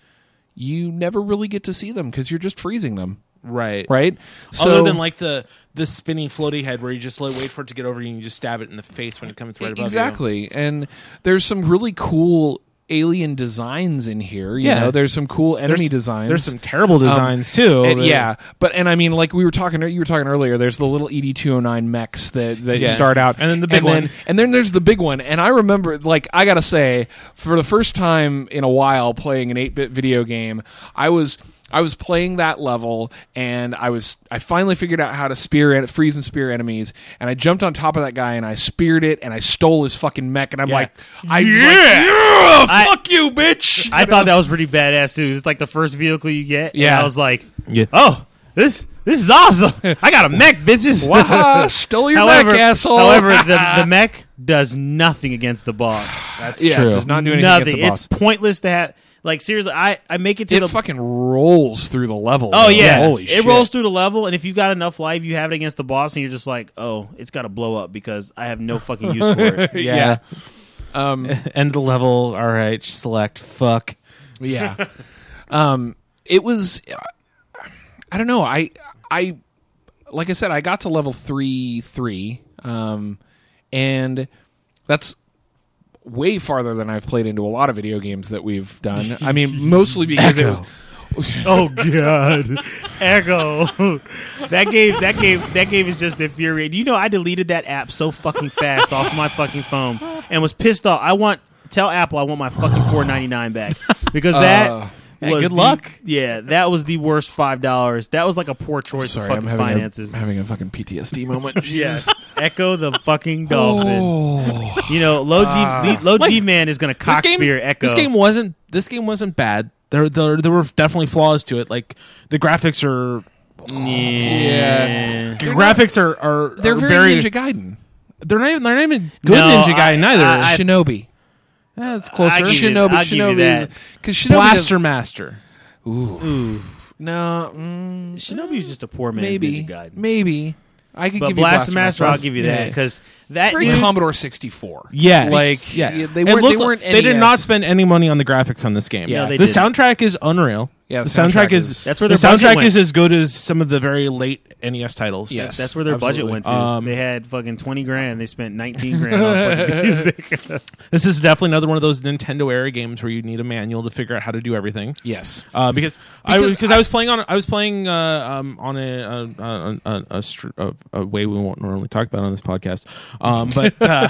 [SPEAKER 2] you never really get to see them because you're just freezing them,
[SPEAKER 9] Right.
[SPEAKER 2] right?
[SPEAKER 9] Other than like the the spinning floaty head where you just like, wait for it to get over you and you just stab it in the face when it comes right above you.
[SPEAKER 2] E, exactly, and there's some really cool alien designs in here. You
[SPEAKER 9] Yeah.
[SPEAKER 2] know, there's some cool enemy designs. Um,
[SPEAKER 9] There's some terrible designs too.
[SPEAKER 2] And-
[SPEAKER 9] but-
[SPEAKER 2] yeah, but and I mean, like we were talking, you were talking earlier. There's the little ED two hundred nine mechs that that
[SPEAKER 9] Yeah.
[SPEAKER 2] start out,
[SPEAKER 9] And then the big
[SPEAKER 2] and then,
[SPEAKER 9] one.
[SPEAKER 2] and then there's the big one. And I remember, like, I gotta say, for the first time in a while, playing an eight bit video game, I was. I was playing that level, and I was I finally figured out how to spear and freeze and spear enemies, and I jumped on top of that guy and I speared it and I stole his fucking mech, and I'm like, I yeah,
[SPEAKER 10] I-
[SPEAKER 2] fuck you, bitch.
[SPEAKER 10] I thought that was pretty badass too. It's like the first vehicle you get. and
[SPEAKER 2] Yeah.
[SPEAKER 10] I was like, oh, this this is awesome. I got a mech, bitches.
[SPEAKER 2] Waha, stole your
[SPEAKER 10] however,
[SPEAKER 2] mech, asshole.
[SPEAKER 10] However, the, the mech does nothing against the boss. That's
[SPEAKER 2] yeah, it does not do anything
[SPEAKER 10] nothing.
[SPEAKER 2] against the boss.
[SPEAKER 10] It's pointless to have. Like seriously, I I make it to
[SPEAKER 2] it
[SPEAKER 10] the
[SPEAKER 2] fucking rolls through the level.
[SPEAKER 10] Oh
[SPEAKER 2] though.
[SPEAKER 10] yeah,
[SPEAKER 2] holy
[SPEAKER 10] it
[SPEAKER 2] shit!
[SPEAKER 10] rolls through the level, and if you got enough life, you have it against the boss, and you're just like, oh, it's got to blow up because I have no fucking use for it.
[SPEAKER 9] Yeah.
[SPEAKER 2] Um,
[SPEAKER 9] End of the level. All right. Select. Fuck.
[SPEAKER 2] yeah. um, it was. I don't know. I I like I said, I got to level three three, um, and that's way farther than I've played into a lot of video games that we've done. I mean, mostly because it was.
[SPEAKER 10] oh god, Echo. that game, that game, that game is just infuriating. You know, I deleted that app so fucking fast off my fucking phone
[SPEAKER 2] Uh,
[SPEAKER 10] and was pissed off. I want tell Apple I want my fucking four ninety nine back because that.
[SPEAKER 12] Hey,
[SPEAKER 10] was
[SPEAKER 12] good
[SPEAKER 10] the-
[SPEAKER 12] luck.
[SPEAKER 10] Yeah, that was the worst five dollars. That was like a poor choice
[SPEAKER 2] Sorry,
[SPEAKER 10] of
[SPEAKER 2] I'm
[SPEAKER 10] fucking
[SPEAKER 2] having,
[SPEAKER 10] finances.
[SPEAKER 2] A, I'm having a fucking PTSD moment. Jesus.
[SPEAKER 10] yes, Echo the fucking dolphin. You know, low G,
[SPEAKER 9] Oh. Ah.
[SPEAKER 10] low G
[SPEAKER 9] Like,
[SPEAKER 10] man is gonna
[SPEAKER 9] this
[SPEAKER 10] cock
[SPEAKER 9] game,
[SPEAKER 10] spear Echo.
[SPEAKER 9] This game wasn't. This game wasn't bad. There, there, there were definitely flaws to it. Like the graphics are.
[SPEAKER 10] Yeah.
[SPEAKER 9] The graphics are, are
[SPEAKER 2] They're
[SPEAKER 9] are
[SPEAKER 2] very Ninja Gaiden.
[SPEAKER 9] They're not. Even, they're not even good Ninja Gaiden neither.
[SPEAKER 2] Shinobi.
[SPEAKER 9] That's closer.
[SPEAKER 2] Shinobi. Shinobi. Because Shinobi
[SPEAKER 9] Blaster
[SPEAKER 2] doesn't-
[SPEAKER 9] Master.
[SPEAKER 2] Ooh. No. Mm,
[SPEAKER 10] Shinobi is just a poor man's
[SPEAKER 2] maybe.
[SPEAKER 10] Ninja Gaiden.
[SPEAKER 2] Maybe. I could
[SPEAKER 10] But
[SPEAKER 2] give
[SPEAKER 10] Blaster
[SPEAKER 2] you Blaster
[SPEAKER 10] Master, I'll give you that,
[SPEAKER 2] Yeah.
[SPEAKER 10] 'cause that
[SPEAKER 2] Very
[SPEAKER 10] dude-
[SPEAKER 2] Commodore 64.
[SPEAKER 9] Yeah,
[SPEAKER 2] Yes.
[SPEAKER 9] like yeah,
[SPEAKER 2] Yeah, they
[SPEAKER 9] It
[SPEAKER 2] weren't- they
[SPEAKER 9] looked like-
[SPEAKER 2] weren't
[SPEAKER 9] They did not
[SPEAKER 2] NES.
[SPEAKER 9] spend any money on the graphics on this game.
[SPEAKER 2] Yeah. No, they
[SPEAKER 9] the
[SPEAKER 2] didn't.
[SPEAKER 9] soundtrack is unreal.
[SPEAKER 2] Yeah,
[SPEAKER 9] the soundtrack is
[SPEAKER 10] that's where
[SPEAKER 9] the
[SPEAKER 10] their budget
[SPEAKER 9] soundtrack
[SPEAKER 10] went.
[SPEAKER 9] is as good as some of the very late NES titles.
[SPEAKER 10] Yes, that's where their budget went to.
[SPEAKER 9] Um,
[SPEAKER 10] they had fucking twenty grand. They spent nineteen grand on fucking music.
[SPEAKER 9] this is definitely another one of those Nintendo era games where you need a manual to figure out how to do everything.
[SPEAKER 2] Yes.
[SPEAKER 9] uh, because, I
[SPEAKER 2] Because
[SPEAKER 9] was because I,
[SPEAKER 2] I-
[SPEAKER 9] was playing on I was playing uh, um, on a a, a, a, a, str- a a way we won't normally talk about on this podcast, um, but uh,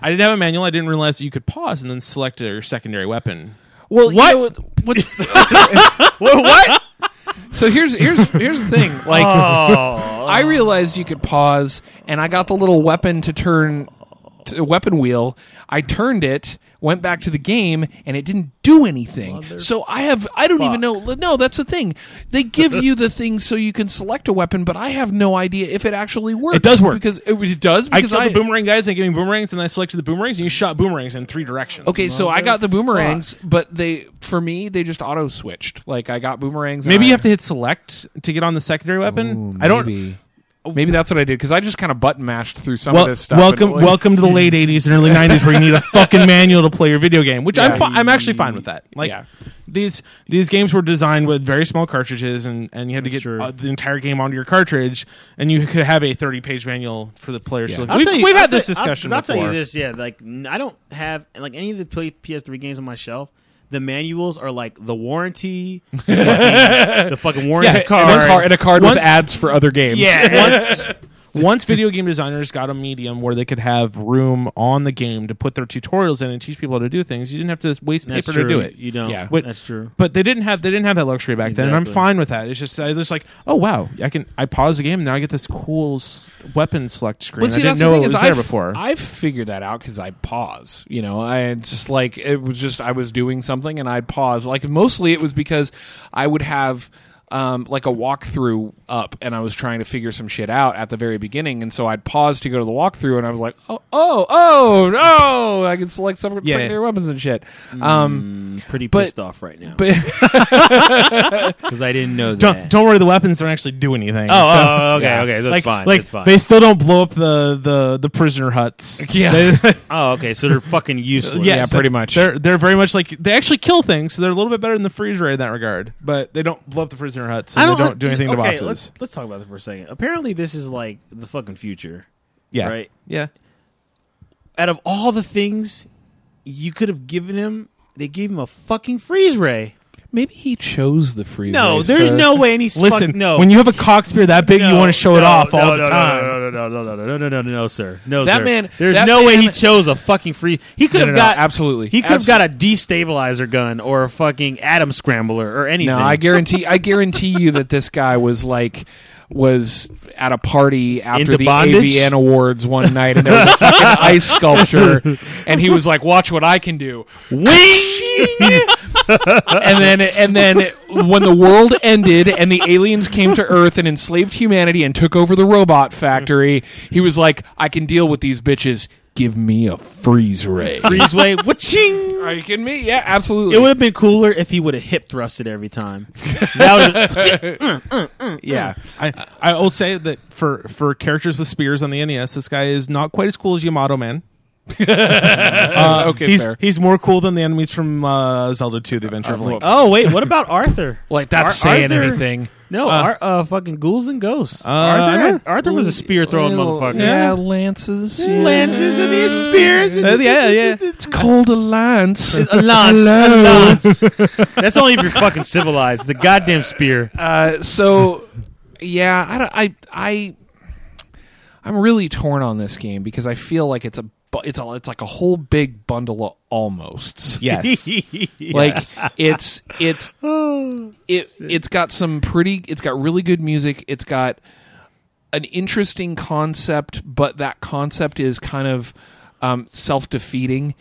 [SPEAKER 9] I didn't have a manual. I didn't realize that you could pause and then select your secondary weapon.
[SPEAKER 2] Well, what? You know, what- what's-
[SPEAKER 9] what?
[SPEAKER 2] So here's here's here's the thing. Like
[SPEAKER 10] Oh.
[SPEAKER 2] I realized you could pause, and I got the little weapon to turn to weapon wheel. I turned it, went back to the game, and it didn't do anything. so I have I don't even know. No, that's the thing. They give you the thing so you can select a weapon, but I have no idea if it actually works.
[SPEAKER 9] It does work.
[SPEAKER 2] because it, it does.
[SPEAKER 9] I
[SPEAKER 2] Because
[SPEAKER 9] killed the boomerang guys and gave me boomerangs, and then I selected the boomerangs, and you shot boomerangs in three directions.
[SPEAKER 2] Okay, so I got the boomerangs, but they for me they just auto switched. Like I got boomerangs.
[SPEAKER 9] Maybe
[SPEAKER 2] and I,
[SPEAKER 9] you have to hit select to get on the secondary weapon. I don't.
[SPEAKER 2] Maybe. Maybe that's what I did because I just kind of button mashed through some
[SPEAKER 9] Wel-
[SPEAKER 2] of this stuff.
[SPEAKER 9] welcome,
[SPEAKER 2] and it was-
[SPEAKER 9] welcome to the late '80s and early '90s, where you need a fucking manual to play your video game. Which I'm,
[SPEAKER 2] Yeah.
[SPEAKER 9] fi- I'm actually fine with that. Like
[SPEAKER 2] Yeah.
[SPEAKER 9] these these games were designed with very small cartridges, and, and you had
[SPEAKER 10] That's
[SPEAKER 9] to
[SPEAKER 10] true.
[SPEAKER 9] get uh, the entire game onto your cartridge, and you could have a 30 page manual for the players. to look at.
[SPEAKER 10] I'll
[SPEAKER 9] We've,
[SPEAKER 10] tell you-
[SPEAKER 9] we've
[SPEAKER 10] I'll
[SPEAKER 9] had
[SPEAKER 10] tell-
[SPEAKER 9] this discussion.
[SPEAKER 10] I'll, I'll tell you
[SPEAKER 9] before.
[SPEAKER 10] this, yeah. Like n- I don't have like any of the play PS3 games on my shelf. The manuals are like the warranty, the fucking, the fucking warranty
[SPEAKER 9] Yeah,
[SPEAKER 10] card,
[SPEAKER 9] and a card-
[SPEAKER 13] and a card with
[SPEAKER 9] Once-
[SPEAKER 13] ads for other games.
[SPEAKER 10] Yeah.
[SPEAKER 9] once once video game designers got a medium where they could have room on the game to put their tutorials in and teach people how to do things, you didn't have to waste
[SPEAKER 10] That's
[SPEAKER 9] paper
[SPEAKER 10] true.
[SPEAKER 9] to do it.
[SPEAKER 10] You don't.
[SPEAKER 2] Yeah.
[SPEAKER 9] But-
[SPEAKER 10] That's true.
[SPEAKER 9] But they didn't have they didn't have that luxury back then, and I'm
[SPEAKER 10] Exactly.
[SPEAKER 9] fine with that. It's just I was like, oh wow, I can I pause the game now I get this cool s- weapon select screen.
[SPEAKER 2] Well, see,
[SPEAKER 9] I
[SPEAKER 2] that's
[SPEAKER 9] didn't
[SPEAKER 2] the
[SPEAKER 9] know
[SPEAKER 2] thing
[SPEAKER 9] it was
[SPEAKER 2] is
[SPEAKER 9] there
[SPEAKER 2] I've-
[SPEAKER 9] before.
[SPEAKER 2] I figured that out because I pause. You know, I it's just like it was just I was doing something and I'd pause. Like mostly it was because I would have um, like a walkthrough up and I was trying to figure some shit out at the very beginning, and so I'd pause to go to the walkthrough and I was like, oh, oh, oh, no, I can select some
[SPEAKER 9] Yeah. Mm.
[SPEAKER 2] secondary weapons and shit. Um,
[SPEAKER 10] Mm, Pretty
[SPEAKER 2] but-
[SPEAKER 10] pissed off right now
[SPEAKER 2] but
[SPEAKER 10] because I didn't know that.
[SPEAKER 9] don't don't worry, the weapons don't actually do anything.
[SPEAKER 10] Oh,
[SPEAKER 9] So-
[SPEAKER 10] oh, okay,
[SPEAKER 9] Yeah.
[SPEAKER 10] okay, that's
[SPEAKER 9] like,
[SPEAKER 10] fine.
[SPEAKER 9] Like
[SPEAKER 10] that's fine.
[SPEAKER 9] they still don't blow up the the the prisoner huts.
[SPEAKER 2] Yeah.
[SPEAKER 9] They-
[SPEAKER 10] oh, okay, so they're fucking useless.
[SPEAKER 9] Yeah,
[SPEAKER 13] pretty much.
[SPEAKER 9] They're they're very much like they actually kill things, so they're a little bit better than the freeze ray in that regard. But they don't blow up the prisoner huts. And they don't do anything
[SPEAKER 10] okay,
[SPEAKER 9] to bosses.
[SPEAKER 10] Let's, let's talk about this for a second. Apparently, this is like the fucking future.
[SPEAKER 9] yeah,
[SPEAKER 10] right.
[SPEAKER 9] Yeah,
[SPEAKER 10] Out of all the things you could have given him, they gave him a fucking freeze ray.
[SPEAKER 2] maybe he chose the freeze.
[SPEAKER 10] No,
[SPEAKER 2] race,
[SPEAKER 10] there's
[SPEAKER 2] sir.
[SPEAKER 10] no way. And he's
[SPEAKER 9] listen.
[SPEAKER 10] fuck- no.
[SPEAKER 9] when you have a cock spear that big, you
[SPEAKER 10] No,
[SPEAKER 9] want to show it
[SPEAKER 10] no,
[SPEAKER 9] off
[SPEAKER 10] no,
[SPEAKER 9] all
[SPEAKER 10] no,
[SPEAKER 9] the
[SPEAKER 10] no,
[SPEAKER 9] time.
[SPEAKER 10] No, no, no, no, no, no, no, no, no, no, sir. No,
[SPEAKER 2] That
[SPEAKER 10] sir.
[SPEAKER 2] man-
[SPEAKER 10] There's
[SPEAKER 2] that
[SPEAKER 10] no way he
[SPEAKER 2] man-
[SPEAKER 10] chose a fucking free. He could
[SPEAKER 2] No,
[SPEAKER 10] have
[SPEAKER 2] no, no,
[SPEAKER 10] got
[SPEAKER 2] absolutely.
[SPEAKER 10] He could have got a destabilizer gun or a fucking atom scrambler or anything.
[SPEAKER 2] No, I guarantee I guarantee you that this guy was like was at a party after
[SPEAKER 10] Into
[SPEAKER 2] the
[SPEAKER 10] bondage?
[SPEAKER 2] AVN Awards one night and there was a fucking ice sculpture and he was like, Watch what I can do.
[SPEAKER 10] Wing!
[SPEAKER 2] And then and then when the world ended and the aliens came to Earth and enslaved humanity and took over the robot factory, he was like, I can deal with these bitches. Give me a freeze ray.
[SPEAKER 10] freeze way. Waching!
[SPEAKER 2] Are you kidding me? Yeah, absolutely.
[SPEAKER 10] It would have been cooler if he would have hip thrusted every time. That would've-
[SPEAKER 2] yeah.
[SPEAKER 9] I I will say that for for characters with spears on the NES, this guy is not quite as cool as Yamato Man. Uh,
[SPEAKER 2] Okay,
[SPEAKER 9] he's
[SPEAKER 2] fair.
[SPEAKER 9] he's more cool than the enemies from uh, Zelda 2: The Adventure of Link.
[SPEAKER 10] oh wait, what about Arthur?
[SPEAKER 2] Like that's
[SPEAKER 10] Ar-
[SPEAKER 2] saying
[SPEAKER 10] Arthur-
[SPEAKER 2] anything.
[SPEAKER 10] No, Ar- uh, fucking ghouls and ghosts.
[SPEAKER 9] I
[SPEAKER 10] Arthur,
[SPEAKER 9] don't-
[SPEAKER 10] Arthur was a spear throwing
[SPEAKER 2] Little-
[SPEAKER 10] motherfucker.
[SPEAKER 2] Yeah, lances. yeah.
[SPEAKER 10] Lances, I mean spears.
[SPEAKER 9] Uh, yeah, yeah.
[SPEAKER 2] It's called a lance.
[SPEAKER 10] A lance, a lance. That's only if you're fucking civilized. The goddamn spear.
[SPEAKER 2] Uh, so, yeah, I, don't- I, I, I'm really torn on this game because I feel like it's a bu- it's all it's like a whole big bundle of almosts.
[SPEAKER 11] Yes.
[SPEAKER 2] like
[SPEAKER 11] Yes.
[SPEAKER 2] it's it's it it's got some pretty it's got really good music. It's got an interesting concept, but that concept is kind of um, self defeating.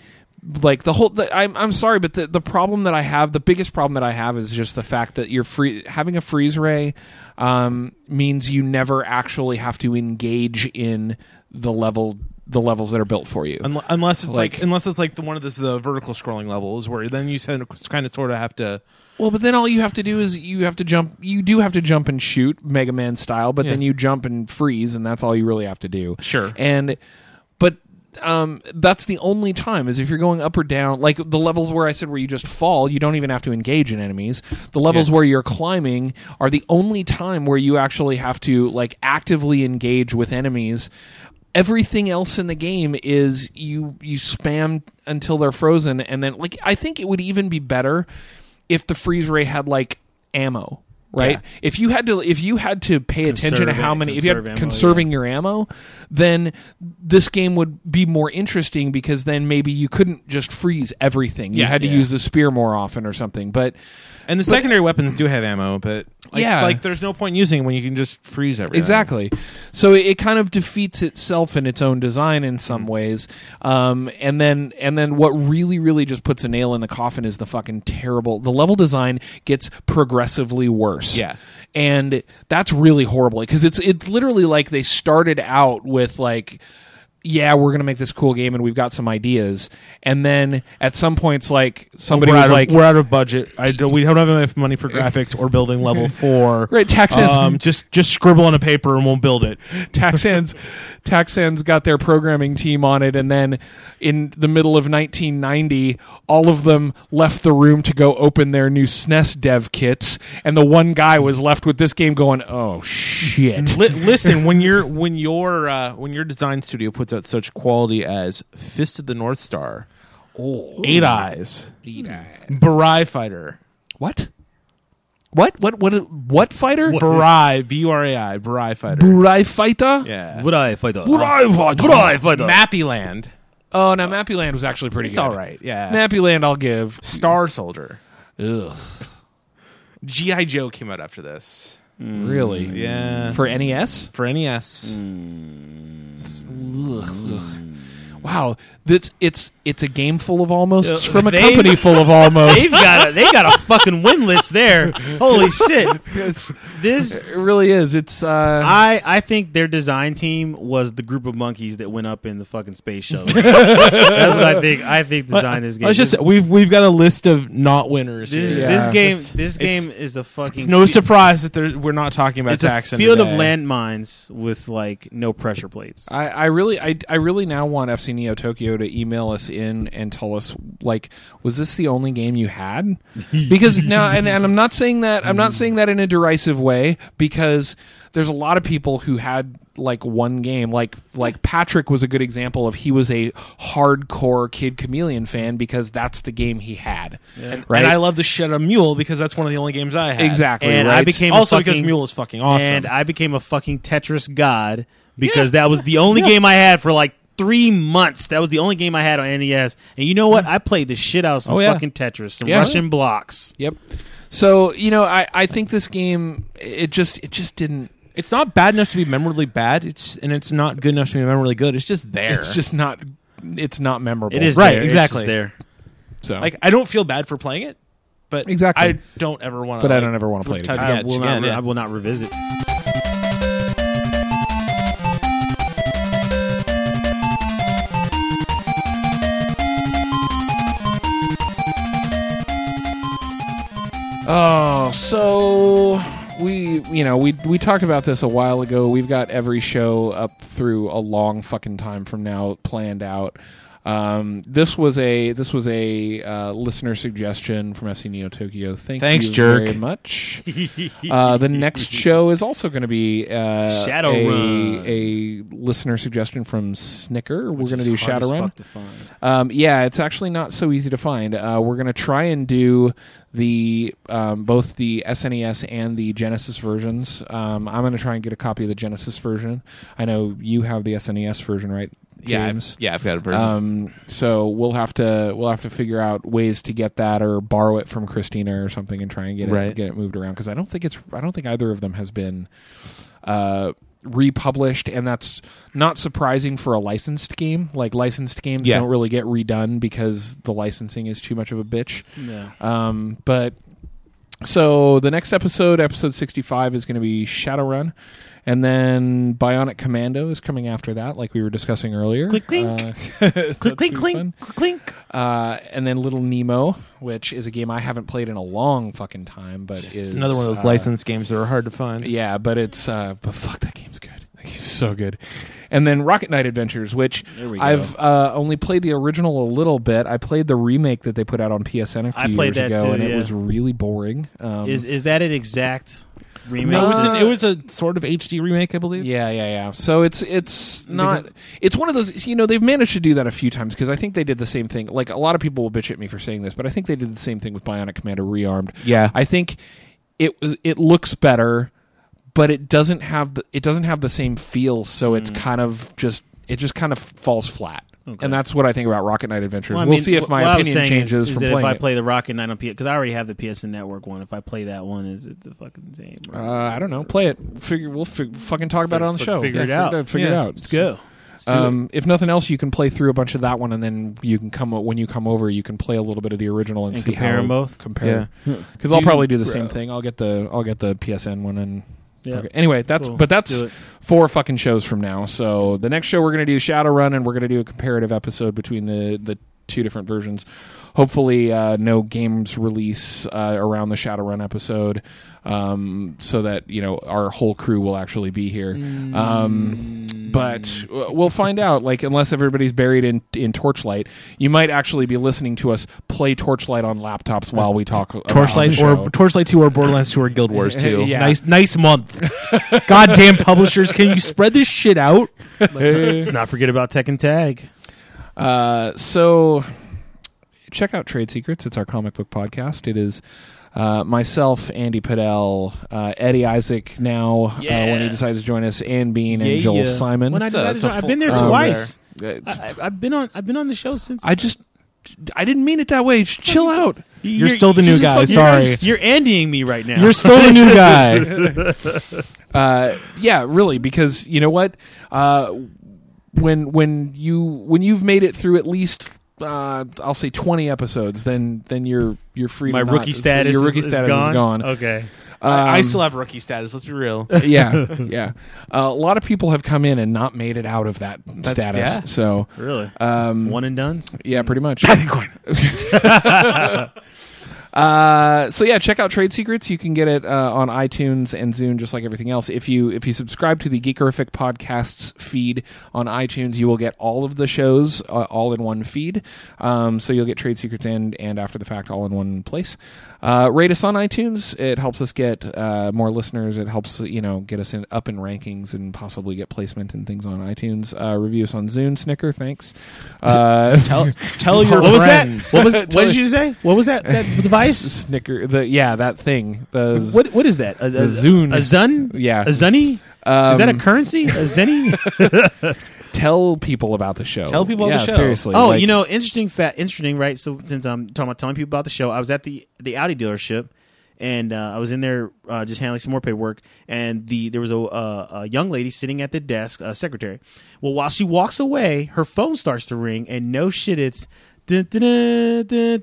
[SPEAKER 2] Like the whole, the, I'm I'm sorry, but the the problem that I have, the biggest problem that I have, is just the fact that you're free having a freeze ray um, means you never actually have to engage in the level the levels that are built for you.
[SPEAKER 9] Unle- unless it's like,
[SPEAKER 2] Like-
[SPEAKER 9] unless it's like the one of this the vertical scrolling levels where then you kind of sort of have to
[SPEAKER 2] Well, but then all you have to do is you have to jump. You do have to jump and shoot Mega Man style, but then
[SPEAKER 9] Yeah.
[SPEAKER 2] you jump and freeze, and that's all you really have to do.
[SPEAKER 9] Sure.
[SPEAKER 2] And but um, that's the only time is if you're going up or down. Like the levels where I said where you just fall, you don't even have to engage in enemies. The levels where you're climbing are the only time where you actually have to like actively engage with enemies. Everything else in the game is you you spam until they're frozen, and then like I think it would even be better if the freeze ray had like ammo right if you had to if you had to pay attention to
[SPEAKER 10] Conserve-
[SPEAKER 2] how many if you had
[SPEAKER 10] conserve ammo,
[SPEAKER 2] conserving your ammo then this game would be more interesting because then maybe you couldn't just freeze everything you
[SPEAKER 9] Yeah.
[SPEAKER 2] had to
[SPEAKER 9] Yeah.
[SPEAKER 2] use the spear more often or something but
[SPEAKER 9] And the secondary weapons do have ammo, but like,
[SPEAKER 2] Yeah.
[SPEAKER 9] like there's no point using it when you can just freeze everything.
[SPEAKER 2] Exactly. So it, it kind of defeats itself in its own design in some
[SPEAKER 9] Mm-hmm.
[SPEAKER 2] ways. Um, and then and then what really really just puts a nail in the coffin is the fucking terrible. The level design gets progressively worse.
[SPEAKER 9] Yeah.
[SPEAKER 2] And that's really horrible because it's it's literally like they started out with like yeah, we're gonna make this cool game, and we've got some ideas. And then at some points, like somebody
[SPEAKER 9] we're
[SPEAKER 2] was
[SPEAKER 9] out of,
[SPEAKER 2] like,
[SPEAKER 9] we're out of budget. I don't, we don't have enough money for graphics or building level four.
[SPEAKER 2] Right, tax it.
[SPEAKER 9] Um, just just scribble on a paper and we'll build it.
[SPEAKER 2] Taxan's Taxan's got their programming team on it, and then in the middle of 1990, all of them left the room to go open their new SNES dev kits, and the one guy was left with this game going, "Oh shit."
[SPEAKER 9] Li- listen, when your when your uh, when your design studio puts out such quality as Fist of the North Star, Oh. Eight Eyes, Barai Fighter,
[SPEAKER 2] What? What? What? What? What fighter?
[SPEAKER 9] Barai B U R A I, Barai Fighter.
[SPEAKER 2] Burai fighter?
[SPEAKER 9] yeah,
[SPEAKER 10] Would I fight the?
[SPEAKER 9] Mappy Land.
[SPEAKER 2] Oh no, Mappyland was actually pretty
[SPEAKER 9] It's
[SPEAKER 2] good.
[SPEAKER 9] all right. Yeah,
[SPEAKER 2] Mappyland, I'll give.
[SPEAKER 9] Star Soldier.
[SPEAKER 2] Ugh,
[SPEAKER 9] GI Joe came out after this.
[SPEAKER 2] really?
[SPEAKER 9] Mm, Yeah. Mm.
[SPEAKER 2] For E NES?
[SPEAKER 9] For E NES.
[SPEAKER 2] Wow, that's it's it's a game full of almosts from a
[SPEAKER 10] they-
[SPEAKER 2] company full of almosts.
[SPEAKER 10] They've got a, they got a fucking win list there. Holy shit! This
[SPEAKER 2] It really is. It's uh,
[SPEAKER 10] I I think their design team was the group of monkeys that went up in the fucking space shuttle. That's what I think. I think design this game.
[SPEAKER 9] Let's just
[SPEAKER 10] this,
[SPEAKER 9] we've we've got a list of not winners.
[SPEAKER 10] this,
[SPEAKER 9] here.
[SPEAKER 10] this
[SPEAKER 2] Yeah.
[SPEAKER 10] game
[SPEAKER 9] It's-
[SPEAKER 10] this
[SPEAKER 9] it's-
[SPEAKER 10] game is a fucking.
[SPEAKER 9] It's no
[SPEAKER 10] fi-
[SPEAKER 9] surprise that there, we're not talking about
[SPEAKER 10] It's a
[SPEAKER 9] tax.
[SPEAKER 10] field of landmines with like no pressure plates.
[SPEAKER 2] I, I really, I, I really now want FC Neo Tokyo to email us in and tell us, like, was this the only game you had? Because now, and, and I'm not saying that, I'm not saying that in a derisive way, because there's a lot of people who had like one game, like like Patrick was a good example of he was a hardcore Kid Chameleon fan because that's the game he had, right?
[SPEAKER 9] And I love the shit on Mule because that's one of the only games I had.
[SPEAKER 2] exactly,
[SPEAKER 10] and
[SPEAKER 2] right?
[SPEAKER 10] I became
[SPEAKER 9] Also
[SPEAKER 10] a
[SPEAKER 9] because
[SPEAKER 10] fucking-
[SPEAKER 9] Mule is fucking awesome.
[SPEAKER 10] And I became a fucking Tetris god because that was the only game I had for like three months. That was the only game I had on NES. And you know what? I played the shit out of some
[SPEAKER 9] Oh, yeah.
[SPEAKER 10] fucking Tetris, some
[SPEAKER 2] Yeah.
[SPEAKER 10] Russian blocks.
[SPEAKER 2] Yep. So you know, I, I think this game it just it just didn't
[SPEAKER 9] it's not bad enough to be memorably bad. It's and it's not good enough to be memorably good. It's just there.
[SPEAKER 2] it's just not it's not memorable.
[SPEAKER 10] It is
[SPEAKER 9] Right,
[SPEAKER 10] there. It's
[SPEAKER 9] exactly.
[SPEAKER 10] just there.
[SPEAKER 2] so
[SPEAKER 9] like I don't feel bad for playing it, but
[SPEAKER 2] Exactly.
[SPEAKER 9] I don't ever want to.
[SPEAKER 2] but I
[SPEAKER 9] like,
[SPEAKER 2] don't ever want to play it.
[SPEAKER 9] touch
[SPEAKER 2] Again.
[SPEAKER 10] I
[SPEAKER 9] it
[SPEAKER 10] will,
[SPEAKER 9] again,
[SPEAKER 10] not, re-
[SPEAKER 9] yeah.
[SPEAKER 10] I will not revisit.
[SPEAKER 2] Oh, so we you know we we talked about this a while ago. We've got every show up through a long fucking time from now planned out. Um, this was a this was a uh, listener suggestion from FC Neo Tokyo. Thank
[SPEAKER 9] Thanks,
[SPEAKER 2] you
[SPEAKER 9] jerk.
[SPEAKER 2] very much. uh, the next show is also going to be uh,
[SPEAKER 10] Shadowrun.
[SPEAKER 2] a, a listener suggestion from Snicker. We're going to
[SPEAKER 10] It's
[SPEAKER 2] do
[SPEAKER 10] hard as
[SPEAKER 2] Shadowrun.
[SPEAKER 10] fuck to find.
[SPEAKER 2] Um, yeah, it's actually not so easy to find. Uh, we're going to try and do the um, both the SNES and the Genesis versions. Um, I'm going to try and get a copy of the Genesis version. I know you have the SNES version, right?
[SPEAKER 9] Yeah, I've-
[SPEAKER 2] James.
[SPEAKER 9] yeah, I've got a version.
[SPEAKER 2] Um, so we'll have to we'll have to figure out ways to get that or borrow it from Christina or something and try and get it
[SPEAKER 9] Right.
[SPEAKER 2] get it moved around because I don't think it's I don't think either of them has been uh, republished and that's not surprising for a licensed game. Like licensed games
[SPEAKER 9] Yeah.
[SPEAKER 2] don't really get redone because the licensing is too much of a bitch.
[SPEAKER 10] Yeah.
[SPEAKER 2] Um, but so the next episode, episode 65, is going to be Shadowrun. And then Bionic Commando is coming after that, like we were discussing earlier.
[SPEAKER 10] Click, clink.
[SPEAKER 2] Uh,
[SPEAKER 10] Click, clink,
[SPEAKER 2] that's
[SPEAKER 10] clink,
[SPEAKER 2] fun.
[SPEAKER 10] clink.
[SPEAKER 2] Uh, and then Little Nemo, which is a game I haven't played in a long fucking time, but is
[SPEAKER 9] it's another one of those
[SPEAKER 2] uh,
[SPEAKER 9] licensed games that are hard to find.
[SPEAKER 2] Yeah, but it's uh, but fuck that game's good. That game's so good. And then Rocket Knight Adventures, which
[SPEAKER 10] There we go.
[SPEAKER 2] I've uh, only played the original a little bit. I played the remake that they put out on PSN a few
[SPEAKER 10] I played
[SPEAKER 2] years
[SPEAKER 10] that
[SPEAKER 2] ago,
[SPEAKER 10] too,
[SPEAKER 2] and
[SPEAKER 10] yeah.
[SPEAKER 2] it was really boring. Um,
[SPEAKER 10] Is is that an exact remake?
[SPEAKER 9] it was
[SPEAKER 2] Uh,
[SPEAKER 9] an, it was a sort of HD remake, I believe.
[SPEAKER 2] Yeah, yeah, yeah. So it's it's not it's one of those you know they've managed to do that a few times because I think they did the same thing. Like a lot of people will bitch at me for saying this, but I think they did the same thing with Bionic Commando Rearmed.
[SPEAKER 9] Yeah.
[SPEAKER 2] I think it it looks better, but it doesn't have the it doesn't have the same feel. So
[SPEAKER 10] Mm.
[SPEAKER 2] it's kind of just it just kind of falls flat. And that's what I think about Rocket Knight Adventures.
[SPEAKER 10] Well, I
[SPEAKER 2] we'll
[SPEAKER 10] mean,
[SPEAKER 2] see if
[SPEAKER 10] wh-
[SPEAKER 2] my
[SPEAKER 10] what I was
[SPEAKER 2] opinion
[SPEAKER 10] saying is-
[SPEAKER 2] changes
[SPEAKER 10] is,
[SPEAKER 2] from
[SPEAKER 10] that
[SPEAKER 2] playing
[SPEAKER 10] if I
[SPEAKER 2] it.
[SPEAKER 10] play the Rocket Knight on PS, because I already have the PSN Network one. If I play that one, is it the fucking same? or-
[SPEAKER 2] uh, I don't know. Play it. Figure. We'll fig- fucking talk about it on the
[SPEAKER 10] Let's
[SPEAKER 2] show.
[SPEAKER 10] Figure it
[SPEAKER 2] Yeah,
[SPEAKER 10] out.
[SPEAKER 2] Figure it
[SPEAKER 10] Yeah,
[SPEAKER 2] out.
[SPEAKER 10] Let's go.
[SPEAKER 2] Um, if nothing else, you can play through a bunch of that one, and then you can come o- when you come over, you can play a little bit of the original and,
[SPEAKER 10] And
[SPEAKER 2] see
[SPEAKER 10] compare
[SPEAKER 2] how
[SPEAKER 10] 'em both?
[SPEAKER 2] Compare,
[SPEAKER 10] Hmm.
[SPEAKER 2] because I'll
[SPEAKER 9] Dude,
[SPEAKER 2] probably do the
[SPEAKER 9] bro.
[SPEAKER 2] same thing. I'll get the I'll get the PSN one and.
[SPEAKER 10] Yeah.
[SPEAKER 2] Okay. Anyway, that's
[SPEAKER 10] Cool.
[SPEAKER 2] but
[SPEAKER 10] Let's
[SPEAKER 2] that's
[SPEAKER 10] do it.
[SPEAKER 2] four fucking shows from now. So the next show we're gonna do Shadowrun, and we're gonna do a comparative episode between the the two different versions. Hopefully, uh, no games release uh, around the Shadowrun episode, um, so that you know our whole crew will actually be here.
[SPEAKER 10] Mm.
[SPEAKER 2] Um, but uh, we'll find out. Like unless everybody's buried in in Torchlight, you might actually be listening to us play Torchlight on laptops while we talk. about
[SPEAKER 9] Torchlight
[SPEAKER 2] the show.
[SPEAKER 9] or Torchlight Two or Borderlands Two or Guild Wars Two.
[SPEAKER 2] Yeah.
[SPEAKER 9] Nice, nice month. Goddamn publishers, can you spread this shit out?
[SPEAKER 10] Let's not forget about Tekken Tag.
[SPEAKER 2] Uh, so check out Trade Secrets. It's our comic book podcast. It is uh, myself, Andy Padell, uh, Eddie Isaac now uh, when he decides to join us, Ann Bean and Joel Simon.
[SPEAKER 10] When I
[SPEAKER 2] I,
[SPEAKER 10] decided
[SPEAKER 9] that's
[SPEAKER 10] to
[SPEAKER 9] a
[SPEAKER 10] join- I've
[SPEAKER 9] full-
[SPEAKER 10] been there
[SPEAKER 2] um,
[SPEAKER 10] twice.
[SPEAKER 2] there.
[SPEAKER 10] I, I- I've been on. I've been on the show since.
[SPEAKER 2] just I didn't mean it that way. Just chill out.
[SPEAKER 9] You're still the new
[SPEAKER 10] just
[SPEAKER 9] guy,
[SPEAKER 10] fucking-
[SPEAKER 9] sorry.
[SPEAKER 10] you're, you're Andying me right now.
[SPEAKER 9] You're still the new guy.
[SPEAKER 2] Uh, yeah, really, because you know what? Uh, when when you when you've made it through at least. Uh, I'll say twenty episodes. Then, then you're you're free. to
[SPEAKER 10] my
[SPEAKER 2] not-
[SPEAKER 10] rookie status.
[SPEAKER 2] Your rookie
[SPEAKER 10] is,
[SPEAKER 2] status
[SPEAKER 10] is gone.
[SPEAKER 2] is gone.
[SPEAKER 10] Okay.
[SPEAKER 9] I
[SPEAKER 2] Um,
[SPEAKER 9] still have rookie status. Let's be real.
[SPEAKER 2] yeah, yeah. Uh, a lot of people have come in and not made it out of that status.
[SPEAKER 9] yeah.
[SPEAKER 2] So,
[SPEAKER 10] Really.
[SPEAKER 2] um,
[SPEAKER 10] One and done's.
[SPEAKER 2] yeah, pretty much. Uh, so yeah, check out Trade Secrets. You can get it uh, on iTunes and Zune, just like everything else. If you if you subscribe to the Geekerific podcasts feed on iTunes, you will get all of the shows uh, all in one feed. Um, so you'll get Trade Secrets and and After the Fact all in one place. Uh, rate us on iTunes. It helps us get uh, more listeners. It helps you know get us in, up in rankings and possibly get placement and things on iTunes. Uh, review us on Zune. Snicker, thanks. Uh,
[SPEAKER 9] tell, tell your
[SPEAKER 10] What was that?
[SPEAKER 9] friends.
[SPEAKER 10] What was? What did you say? What was that? That device.
[SPEAKER 2] Snicker, the yeah, that thing. The z-
[SPEAKER 10] What? What is that? A, a,
[SPEAKER 2] Zune.
[SPEAKER 10] A zun?
[SPEAKER 2] Yeah.
[SPEAKER 10] A zunny?
[SPEAKER 2] Um,
[SPEAKER 10] is that a currency? A zenny?
[SPEAKER 2] tell people about the show?
[SPEAKER 9] Tell people
[SPEAKER 2] yeah,
[SPEAKER 9] about the show.
[SPEAKER 2] Seriously.
[SPEAKER 10] Oh,
[SPEAKER 2] like-
[SPEAKER 10] you know, interesting fact. Interesting, right? So since I'm talking about telling people about the show, I was at the the Audi dealership, and uh, I was in there uh, just handling some more paperwork. And the there was a, uh, a young lady sitting at the desk, a secretary. Well, while she walks away, her phone starts to ring, and no shit, it's. Final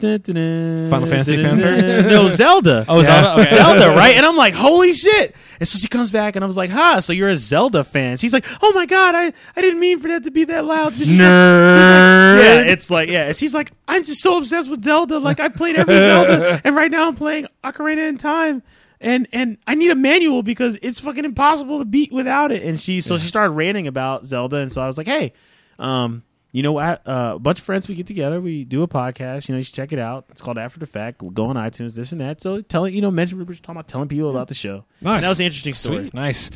[SPEAKER 9] Fantasy
[SPEAKER 10] Fantasy
[SPEAKER 9] fanfare?
[SPEAKER 10] No, Zelda.
[SPEAKER 9] Oh, Zelda? Okay.
[SPEAKER 10] Zelda, right? And I'm like, holy shit. And so she comes back and I was like, huh, so you're a Zelda fan. She's like, oh my God, I, I didn't mean for that to be that loud. But she's like- she's like- yeah, it's like, yeah. And she's like, I'm just so obsessed with Zelda. Like, I played every Zelda. And right now I'm playing Ocarina in Time. And and I need a manual because it's fucking impossible to beat without it. And she so she started ranting about Zelda. And so I was like, hey, um, you know what? Uh, a bunch of friends we get together, we do a podcast. You know, you should check it out. It's called After the Fact. Go on iTunes, this and that. So telling you know, mention we were just talking about telling people about the show.
[SPEAKER 2] Nice.
[SPEAKER 10] That was an interesting story.
[SPEAKER 2] Sweet. Nice.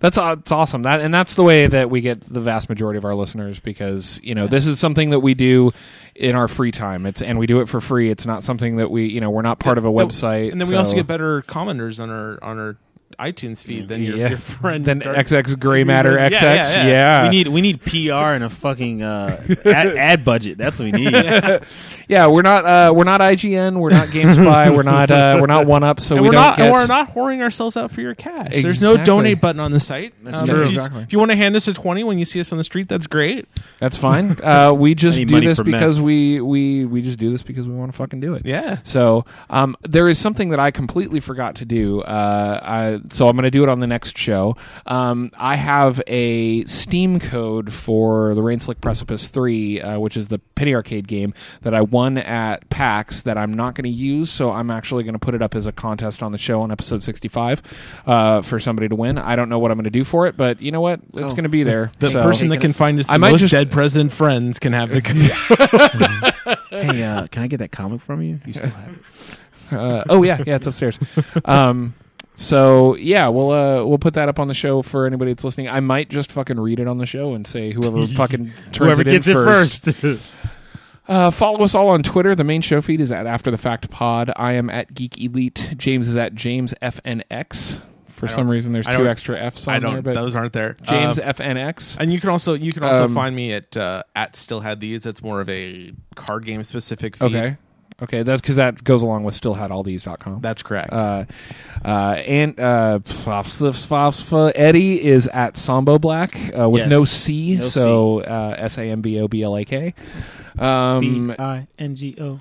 [SPEAKER 2] That's aw- it's awesome. That and that's the way that we get the vast majority of our listeners because you know this is something that we do in our free time. It's and we do it for free. It's not something that we you know we're not part of a website.
[SPEAKER 9] And then we
[SPEAKER 2] so-
[SPEAKER 9] also get better commenters on our on our iTunes feed than your, your friend.
[SPEAKER 2] Then
[SPEAKER 9] Darth-
[SPEAKER 2] XX Gray Matter
[SPEAKER 9] Yeah,
[SPEAKER 2] XX.
[SPEAKER 9] yeah,
[SPEAKER 2] Yeah.
[SPEAKER 9] yeah.
[SPEAKER 10] we need we need PR and a fucking uh, ad, ad budget. That's what we need.
[SPEAKER 2] Yeah, we're not uh, we're not IGN, we're not GameSpy, we're not uh, we're not one up, so
[SPEAKER 9] and
[SPEAKER 2] we
[SPEAKER 9] we're
[SPEAKER 2] don't
[SPEAKER 9] not
[SPEAKER 2] get
[SPEAKER 9] and we're not whoring ourselves out for your cash. There's no
[SPEAKER 2] Exactly.
[SPEAKER 9] donate button on the site. Um,
[SPEAKER 2] true.
[SPEAKER 9] If you,
[SPEAKER 2] Exactly.
[SPEAKER 9] if you want to hand us a twenty when you see us on the street, that's great.
[SPEAKER 2] That's fine. Uh, we
[SPEAKER 10] I
[SPEAKER 2] just
[SPEAKER 10] need
[SPEAKER 2] do
[SPEAKER 10] money
[SPEAKER 2] this
[SPEAKER 10] for meth.
[SPEAKER 2] because we, we we just do this because we want to fucking do it.
[SPEAKER 9] Yeah.
[SPEAKER 2] So um, there is something that I completely forgot to do. Uh, I, so I'm going to do it on the next show. Um, I have a Steam code for the Rainslick Precipice 3, uh, which is the penny arcade game that I won at PAX that I'm not going to use. So I'm actually going to put it up as a contest on the show on episode 65 uh, for somebody to win. I don't know what I'm going to do for it, but you know what? It's
[SPEAKER 10] Oh.
[SPEAKER 2] going to be there.
[SPEAKER 9] The
[SPEAKER 2] So-
[SPEAKER 9] person that can find us the
[SPEAKER 2] I might
[SPEAKER 9] most
[SPEAKER 2] just-
[SPEAKER 9] dead president friends can have the.
[SPEAKER 10] hey, uh, can I get that comic from you? You still have it.
[SPEAKER 2] Uh, oh yeah, yeah, it's upstairs. Um, so yeah, we'll uh, we'll put that up on the show for anybody that's listening. I might just fucking read it on the show and say whoever fucking turns
[SPEAKER 10] Whoever
[SPEAKER 2] it
[SPEAKER 10] gets
[SPEAKER 2] in
[SPEAKER 10] it first.
[SPEAKER 2] Uh, follow us all on Twitter. The main show feed is at After the Fact Pod. I am at Geek Elite. James is at James FNX. For some reason, there's
[SPEAKER 9] I
[SPEAKER 2] two
[SPEAKER 9] don't-
[SPEAKER 2] extra Fs on
[SPEAKER 9] I don't.
[SPEAKER 2] there, but
[SPEAKER 9] those aren't there.
[SPEAKER 2] James
[SPEAKER 9] Um,
[SPEAKER 2] FNX.
[SPEAKER 9] and you can also you can also
[SPEAKER 2] Um,
[SPEAKER 9] find me at uh, at still had these. That's more of a card game specific. Feed.
[SPEAKER 2] Okay, okay, that's because that goes along with still had all these.com.
[SPEAKER 9] that's correct.
[SPEAKER 2] Uh, uh, and uh, Fofs- Fofs- Fofs- Fo- Eddie is at Sambo Black uh, with
[SPEAKER 10] Yes.
[SPEAKER 2] no C,
[SPEAKER 10] No
[SPEAKER 2] so uh, S A M B O B L A K. Um,
[SPEAKER 10] B I N G O.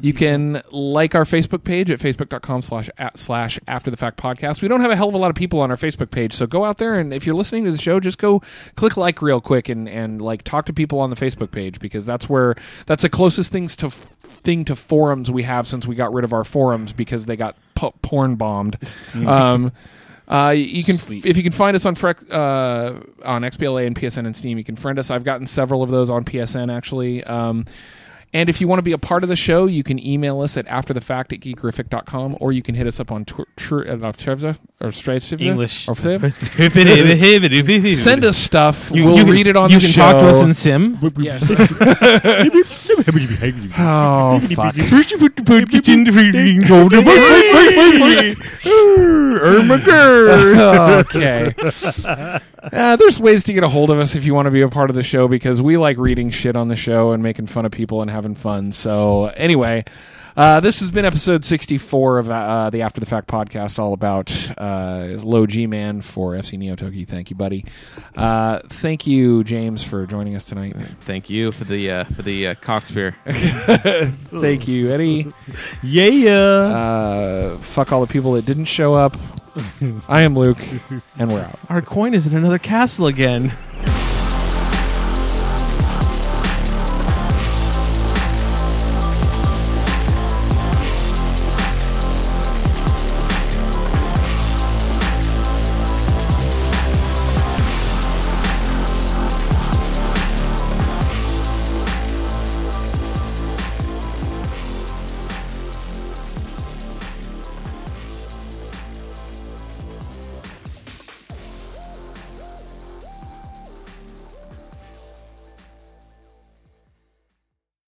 [SPEAKER 2] you can like our Facebook page at facebook.com slash at slash after the fact podcast. We don't have a hell of a lot of people on our Facebook page, so go out there and if you're listening to the show, just go click like real quick and, and like talk to people on the Facebook page because that's where that's the closest things to thing to forums we have since we got rid of our forums because they got po- porn bombed. um, uh, you can if you can find us on Frec, uh, on XBLA and PSN and Steam, you can friend us. I've gotten several of those on PSN actually. Um, and if you want to be a part of the show, you can email us at afterthefact at geekrific.com or you can hit us up on Twitter tr- uh, Trevza or Straight
[SPEAKER 10] English.
[SPEAKER 2] Or Fib.
[SPEAKER 9] Send
[SPEAKER 2] Send us stuff. we'll read it on
[SPEAKER 9] you
[SPEAKER 2] the
[SPEAKER 9] can
[SPEAKER 2] show.
[SPEAKER 9] talk to us in Sim.
[SPEAKER 2] Yes. oh, fuck. okay. Uh, there's ways to get a hold of us if you want to be a part of the show because we like reading shit on the show and making fun of people and having fun. So, anyway, uh, this has been episode 64 of uh, the After the Fact podcast, all about uh, Low G Man for FC Neo Toki. Thank you, buddy. Uh, thank you, James, for joining us tonight.
[SPEAKER 9] Thank you for the uh, for the uh, cock spear.
[SPEAKER 2] Thank you, Eddie.
[SPEAKER 10] Yeah.
[SPEAKER 2] Uh, fuck all the people that didn't show up. I am Luke, and we're out.
[SPEAKER 9] Our coin is in another castle again.